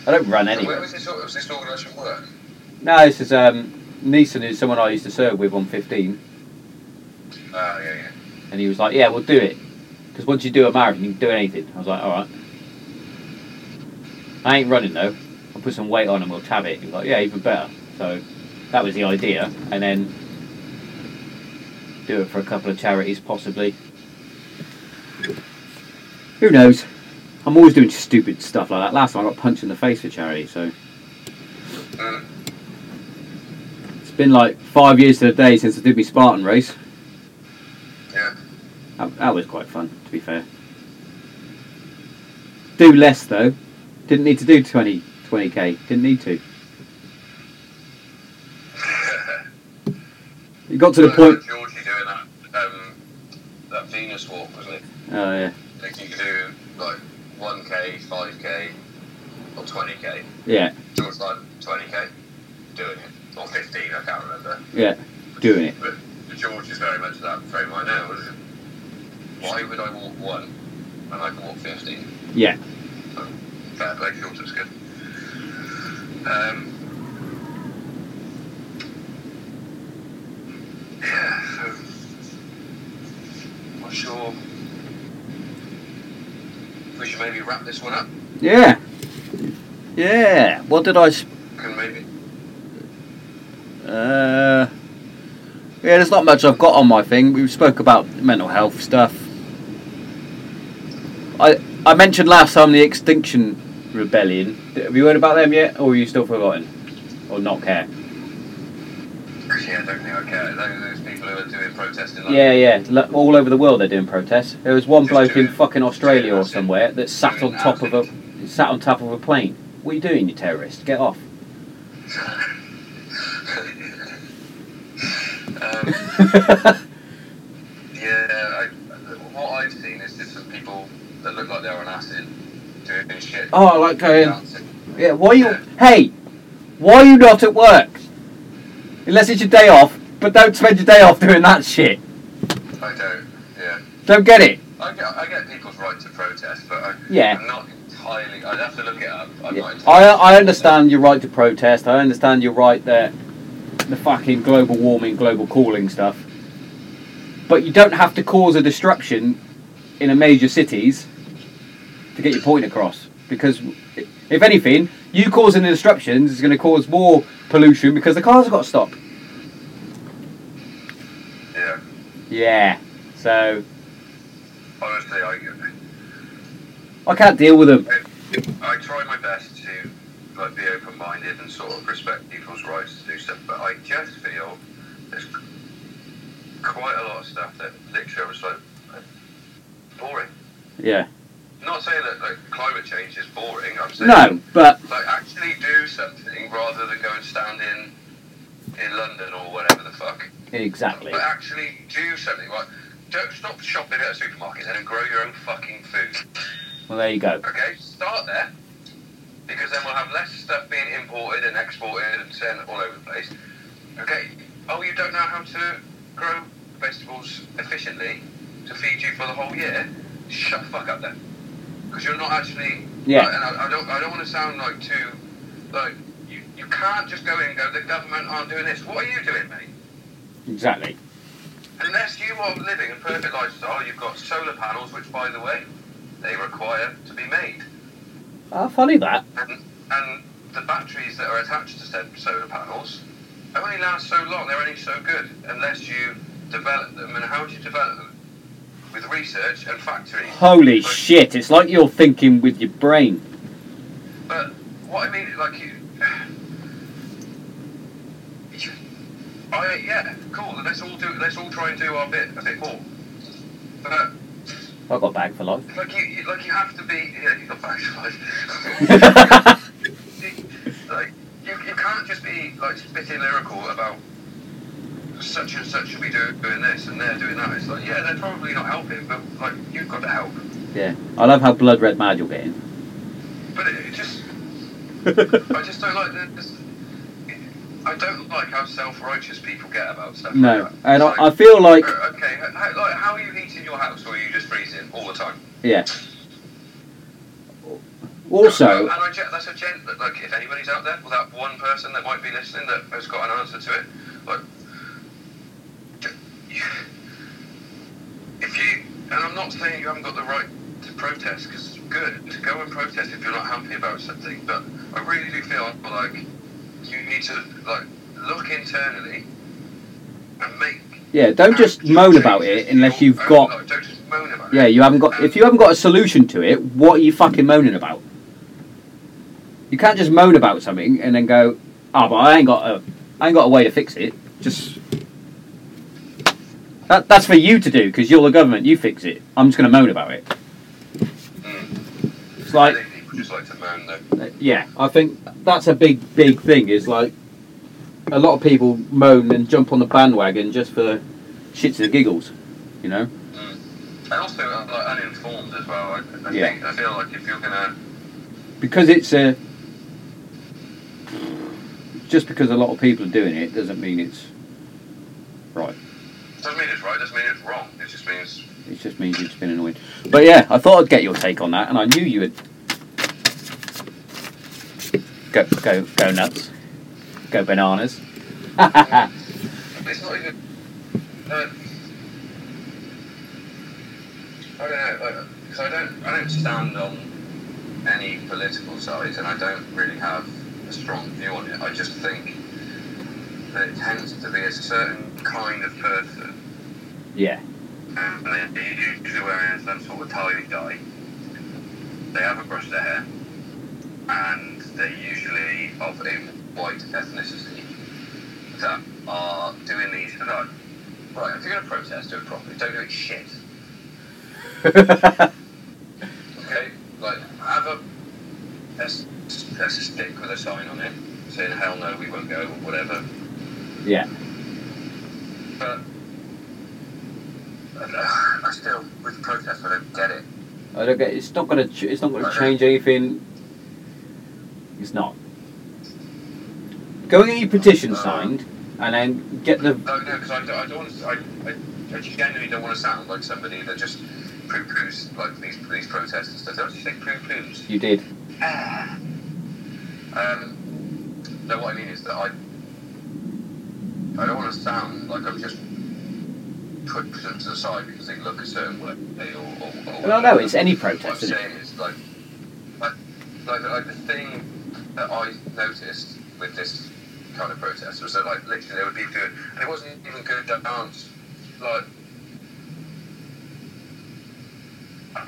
Speaker 3: I don't run
Speaker 2: So where
Speaker 3: anyway.
Speaker 2: was this, was this organisation work?
Speaker 3: No, this is um, Neeson is someone I used to serve with on fifteen.
Speaker 2: Ah, yeah, yeah.
Speaker 3: And he was like, "Yeah, we'll do it." Because once you do a marathon, you can do anything. I was like, "All right." I ain't running though. I'll put some weight on and we'll tab it. He was like, "Yeah, even better." So that was the idea, and then do it for a couple of charities, possibly. Who knows? I'm always doing stupid stuff like that. Last time I got punched in the face for charity, so
Speaker 2: Mm.
Speaker 3: it's been like five years to the day since I did my Spartan race.
Speaker 2: Yeah.
Speaker 3: That, that was quite fun, to be fair. Do less though. Didn't need to do 20, 20k. Didn't need to. It got to the
Speaker 2: Uh,
Speaker 3: point.
Speaker 2: Georgie doing that, um, that Venus walk, wasn't it?
Speaker 3: Oh yeah,
Speaker 2: Like you could do like 1k, 5k, or 20k.
Speaker 3: yeah,
Speaker 2: George like 20k, doing it. Or 15, I can't remember.
Speaker 3: yeah. Doing it.
Speaker 2: But George is very much of that frame right now, isn't it? Why would I walk 1 and I can walk 15?
Speaker 3: Yeah.
Speaker 2: Fair play, George, that's good. Um, yeah, so. I'm not sure. We should maybe wrap this one up.
Speaker 3: Yeah. Yeah. What did I? s-
Speaker 2: Can maybe.
Speaker 3: Uh. Yeah, there's not much I've got on my thing. We spoke about mental health stuff. I I mentioned last time the Extinction Rebellion. Have you heard about them yet, or are you still forgotten, or not care?
Speaker 2: Yeah, I don't think I care. Those, those people who are doing protesting. Like,
Speaker 3: Yeah, yeah. Lo- All over the world they're doing protests. There was one
Speaker 2: Just
Speaker 3: bloke
Speaker 2: doing-
Speaker 3: in fucking Australia or
Speaker 2: doing
Speaker 3: somewhere that sat on
Speaker 2: doing
Speaker 3: top of
Speaker 2: acid.
Speaker 3: a sat on top of a plane. What are you doing, you terrorist? Get off.
Speaker 2: um,
Speaker 3: yeah,
Speaker 2: yeah, I, what I've seen is just some people that look like they're on acid doing shit.
Speaker 3: Oh, I like going-
Speaker 2: Dancing.
Speaker 3: why you? Hey, why are you not at work? Unless it's your day off, but don't spend your day off doing that shit.
Speaker 2: I don't. Yeah.
Speaker 3: Don't get it.
Speaker 2: I get, I get people's right to protest, but I,
Speaker 3: Yeah.
Speaker 2: I'm not entirely. I'd have to look it up. I'm not
Speaker 3: Yeah. I,
Speaker 2: entirely
Speaker 3: I understand your right to protest. I understand your right that the fucking global warming, global cooling stuff. But you don't have to cause a destruction in a major cities to get your point across. Because i- if anything, you causing the disruptions is going to cause more pollution because the cars have got to stop.
Speaker 2: Yeah.
Speaker 3: Yeah. So
Speaker 2: Honestly, I,
Speaker 3: I can't deal with them.
Speaker 2: I try my best to like be open-minded and sort of respect people's rights to do stuff, but I just feel there's quite a lot of stuff that literally I was like uh, boring.
Speaker 3: Yeah.
Speaker 2: Not saying that like climate change is boring. I'm saying
Speaker 3: No, but
Speaker 2: like actually do something rather than go and stand in in London or whatever the fuck.
Speaker 3: exactly.
Speaker 2: But actually do something. Like, don't stop shopping at a supermarket and grow your own fucking food.
Speaker 3: Well, there you go.
Speaker 2: Okay, start there. Because then we'll have less stuff being imported and exported and sent all over the place. Okay. Oh, you don't know how to grow vegetables efficiently to feed you for the whole year? Shut the fuck up then. Because you're not actually.
Speaker 3: Yeah.
Speaker 2: and I, I don't. I don't want to sound like too. Like you. You can't just go in and go. The government aren't doing this. What are you doing, mate?
Speaker 3: Exactly.
Speaker 2: Unless you are living a perfect lifestyle, you've got solar panels, which, by the way, they require to be made.
Speaker 3: Ah, funny that.
Speaker 2: And, and the batteries that are attached to said solar panels only last so long, they're only so good unless you develop them. And how do you develop them? With research and factories.
Speaker 3: Holy
Speaker 2: Like,
Speaker 3: shit! It's like you're thinking with your brain.
Speaker 2: But what I mean, like you, I yeah, cool. Let's all do. Let's all try and do our bit a bit more. But
Speaker 3: I got bagged for life.
Speaker 2: like you, you like you have to be. Yeah, you got back to life. like you, you can't just be be like spitting lyrical about such and such should be doing, doing this and they're doing that. It's like, yeah, they're probably not helping, but like you've got to help.
Speaker 5: Yeah. I love how blood red mad you're getting.
Speaker 2: But it, it just, I just don't like this. I don't like how self-righteous people get about stuff.
Speaker 5: No,
Speaker 2: like that.
Speaker 5: and
Speaker 2: It's
Speaker 5: I, I feel like
Speaker 2: Uh, okay, h- how, like, how are you heating your house, or are you just freezing all the time?
Speaker 5: yeah.
Speaker 2: Uh,
Speaker 5: Also,
Speaker 2: and I, ge- that's a gen. Like, if anybody's out there, well, that one person that might be listening that has got an answer to it, like, d- you- if you, and I'm not saying you haven't got the right to protest, because good to go and protest if you're not happy about something, but I really do feel like you need to like look internally and make.
Speaker 5: yeah, don't just
Speaker 2: actual
Speaker 5: moan about
Speaker 2: changes
Speaker 5: it
Speaker 2: to
Speaker 5: unless
Speaker 2: your
Speaker 5: you've
Speaker 2: own
Speaker 5: got
Speaker 2: life. Don't just moan about it.
Speaker 5: yeah. You haven't got if you haven't got a solution to it. What are you fucking moaning about? You can't just moan about something and then go, oh, but I ain't got a, I ain't got a way to fix it. Just that, that's for you to do because you're the government. You fix it. I'm just gonna moan about it. It's
Speaker 2: I
Speaker 5: like
Speaker 2: think people just like to moan though.
Speaker 3: yeah, I think that's a big, big thing. Is like a lot of people moan and jump on the bandwagon just for
Speaker 5: shits and giggles, you know.
Speaker 2: And also, uh, like, uninformed as well. I, I
Speaker 5: Yeah.
Speaker 2: think I feel like if you're gonna,
Speaker 5: because it's a just because a lot of people are doing it doesn't mean it's right.
Speaker 2: doesn't mean it's right. Doesn't mean it's wrong. It just means
Speaker 5: It just means it's been annoying. But yeah, I thought I'd get your take on that, and I knew you would go go go nuts, go bananas.
Speaker 2: it's not even. Uh, I don't know. Because I don't, I don't stand on any political side, and I don't really have a strong view on it. I just think that it tends to be a certain kind of person
Speaker 5: Yeah,
Speaker 2: and then they're usually wearing some sort of tie dye. They haven't brushed their hair, and they're usually of a white ethnicity that are doing these. and I'm, Right, if you're going to protest, do it properly. Don't do it shit. okay, like have a, a, s- a stick with a sign on it saying "Hell no, we won't go" or whatever.
Speaker 5: yeah,
Speaker 2: But I, I still, with protest, I don't get it.
Speaker 3: I don't get. It's not gonna. Ch- it's not gonna change anything. It's not. Go and get your petition signed, and then get the.
Speaker 2: Oh, No, no, because I, don't- I don't want to. I, I, I genuinely don't want to sound like somebody that just poo poos like these these protests and stuff. Don't you think poo poos?
Speaker 3: You did.
Speaker 2: Um, no, what I mean is that I I don't want to sound like I'm just put them to the side because they look a certain way. They or, or, or
Speaker 3: Well, no, it's any
Speaker 2: what I'm
Speaker 3: protest, isn't it?
Speaker 2: saying is like, like, like, like the thing that I noticed with this kind of protest was that like literally there would be good, and it wasn't even good dance. Like, I,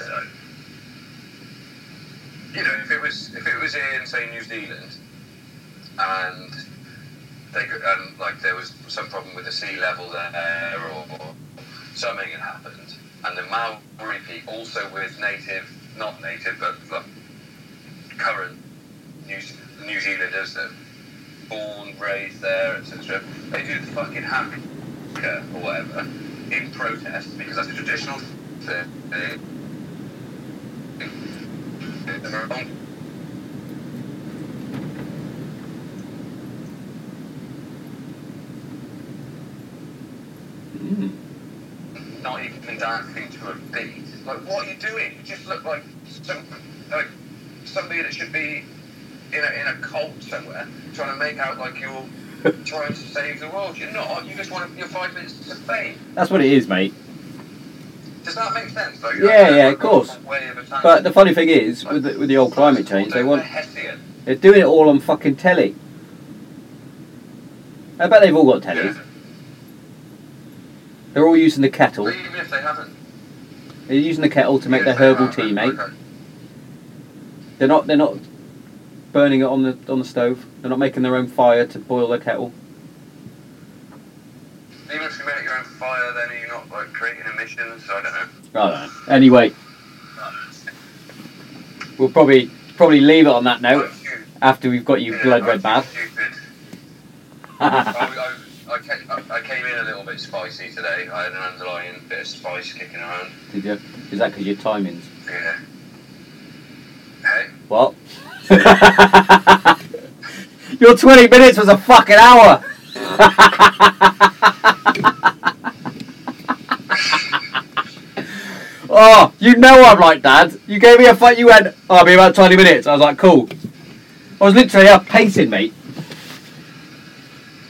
Speaker 2: I, you know, if it was if it was in say New Zealand, and they go- and like there was some problem with the sea level there or something had happened, and the Maori people, also with native, not native, but like, current New, New Zealanders that are born, raised there, etc., they do the fucking haka or whatever in protest because that's a traditional thing.
Speaker 3: Mm.
Speaker 2: not even dancing to a beat. Like, what are you doing? You just look like some, like somebody that should be in a, in a cult somewhere, trying to make out like you're trying to save the world. You're not. You just want your five minutes to fame.
Speaker 5: that's what it is, mate.
Speaker 2: Does that make sense? Like,
Speaker 3: Yeah,
Speaker 2: that's
Speaker 3: yeah,
Speaker 2: a
Speaker 3: of course.
Speaker 2: way of attacking-
Speaker 3: But the funny thing is, with the, with the old climate change, they want
Speaker 2: Hessian.
Speaker 3: they're doing it all on fucking telly. I bet they've all got
Speaker 2: Yeah.
Speaker 3: tellies. They're all using the kettle.
Speaker 2: But even if they haven't,
Speaker 3: They're using the kettle to make
Speaker 2: even
Speaker 3: their
Speaker 2: if they
Speaker 3: herbal
Speaker 2: haven't,
Speaker 3: tea, mate.
Speaker 2: okay.
Speaker 3: They're not. They're not burning it on the on the stove. They're not making their own fire to boil their kettle.
Speaker 2: Even if you make your own fire, then are you not like creating emissions? I don't know.
Speaker 5: I don't know. Anyway,
Speaker 3: We'll probably probably leave it on that note
Speaker 2: Like you-
Speaker 3: after we've got you
Speaker 2: yeah,
Speaker 3: blood
Speaker 2: like
Speaker 3: red mad.
Speaker 2: Stupid. I, I, I, came, I came in a little bit spicy today. I had an underlying bit of spice kicking around.
Speaker 3: Did you? Is that because your timings?
Speaker 2: Yeah. Hey,
Speaker 3: What? your 20 minutes was a fucking hour! oh, you know I'm like Dad. You gave me a fight, you went, oh, I'll be about 20 minutes. I was like, cool. I was literally up pacing, mate.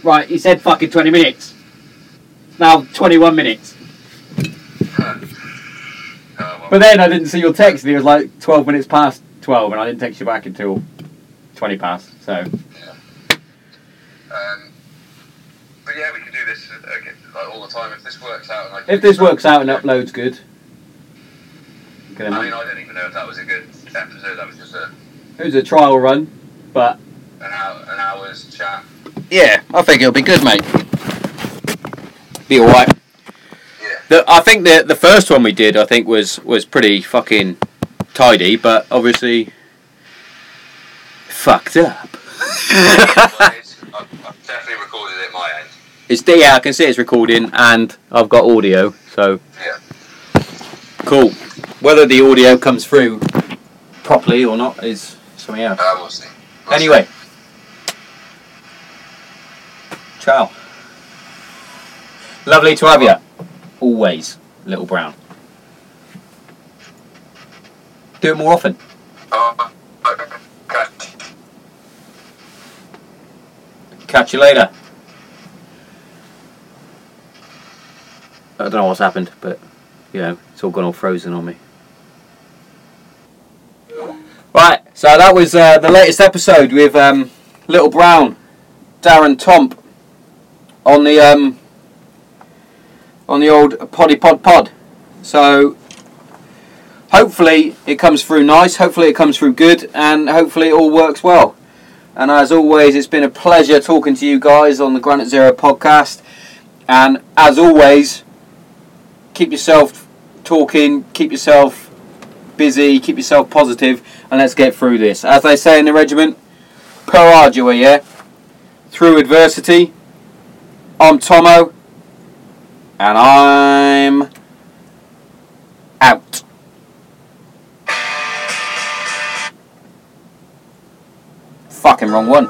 Speaker 3: Right, he said fucking 20 minutes. Now 21 minutes.
Speaker 2: uh, Oh, well,
Speaker 3: But then I didn't see your text, and it was like 12 minutes past 12, and I didn't text you back until 20 past. So,
Speaker 2: um, but yeah, we can do this uh, again, like all the time if this works out. And I can
Speaker 3: if this works out and uploads good,
Speaker 2: I
Speaker 3: gonna
Speaker 1: Oh,
Speaker 2: mean,
Speaker 3: make-
Speaker 2: I don't even know if that was a good episode. That was just a,
Speaker 3: it was a trial run, but
Speaker 2: an hour, an hour's chat.
Speaker 5: Yeah, I think it'll be good, mate.
Speaker 1: Be alright.
Speaker 2: Yeah.
Speaker 1: The, I think the the first one we did, I think was was pretty fucking tidy, but obviously fucked up.
Speaker 2: Well, it's- I've, I've definitely recorded it my end.
Speaker 1: it's D. I can see it's recording, and I've got audio, so
Speaker 2: Yeah.
Speaker 1: cool. Whether the audio comes through properly or not is something else.
Speaker 2: Uh, we'll see. We'll see.
Speaker 1: Anyway, ciao. Lovely to have you. Always, Little Brown. Do it more often.
Speaker 2: Uh, okay.
Speaker 1: Catch you later. I don't know what's happened, but you know, it's all gone all frozen on me. Right, so that was uh, the latest episode with um, Little Brown, Darren Tomp, on the um, on the old Poddy Pod Pod. So hopefully it comes through nice. Hopefully it comes through good, and hopefully it all works well. And as always, it's been a pleasure talking to you guys on the Granite Zero podcast. And as always, keep yourself talking, keep yourself busy, keep yourself positive, and let's get through this. As they say in the regiment, per ardua, yeah? Through adversity. I'm Tomo, and I'm out. Fucking wrong one.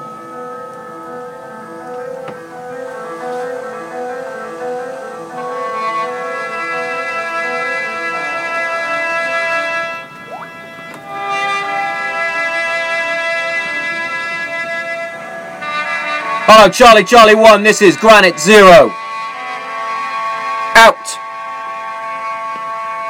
Speaker 1: Hello, Charlie Charlie 1, this is Granite Zero.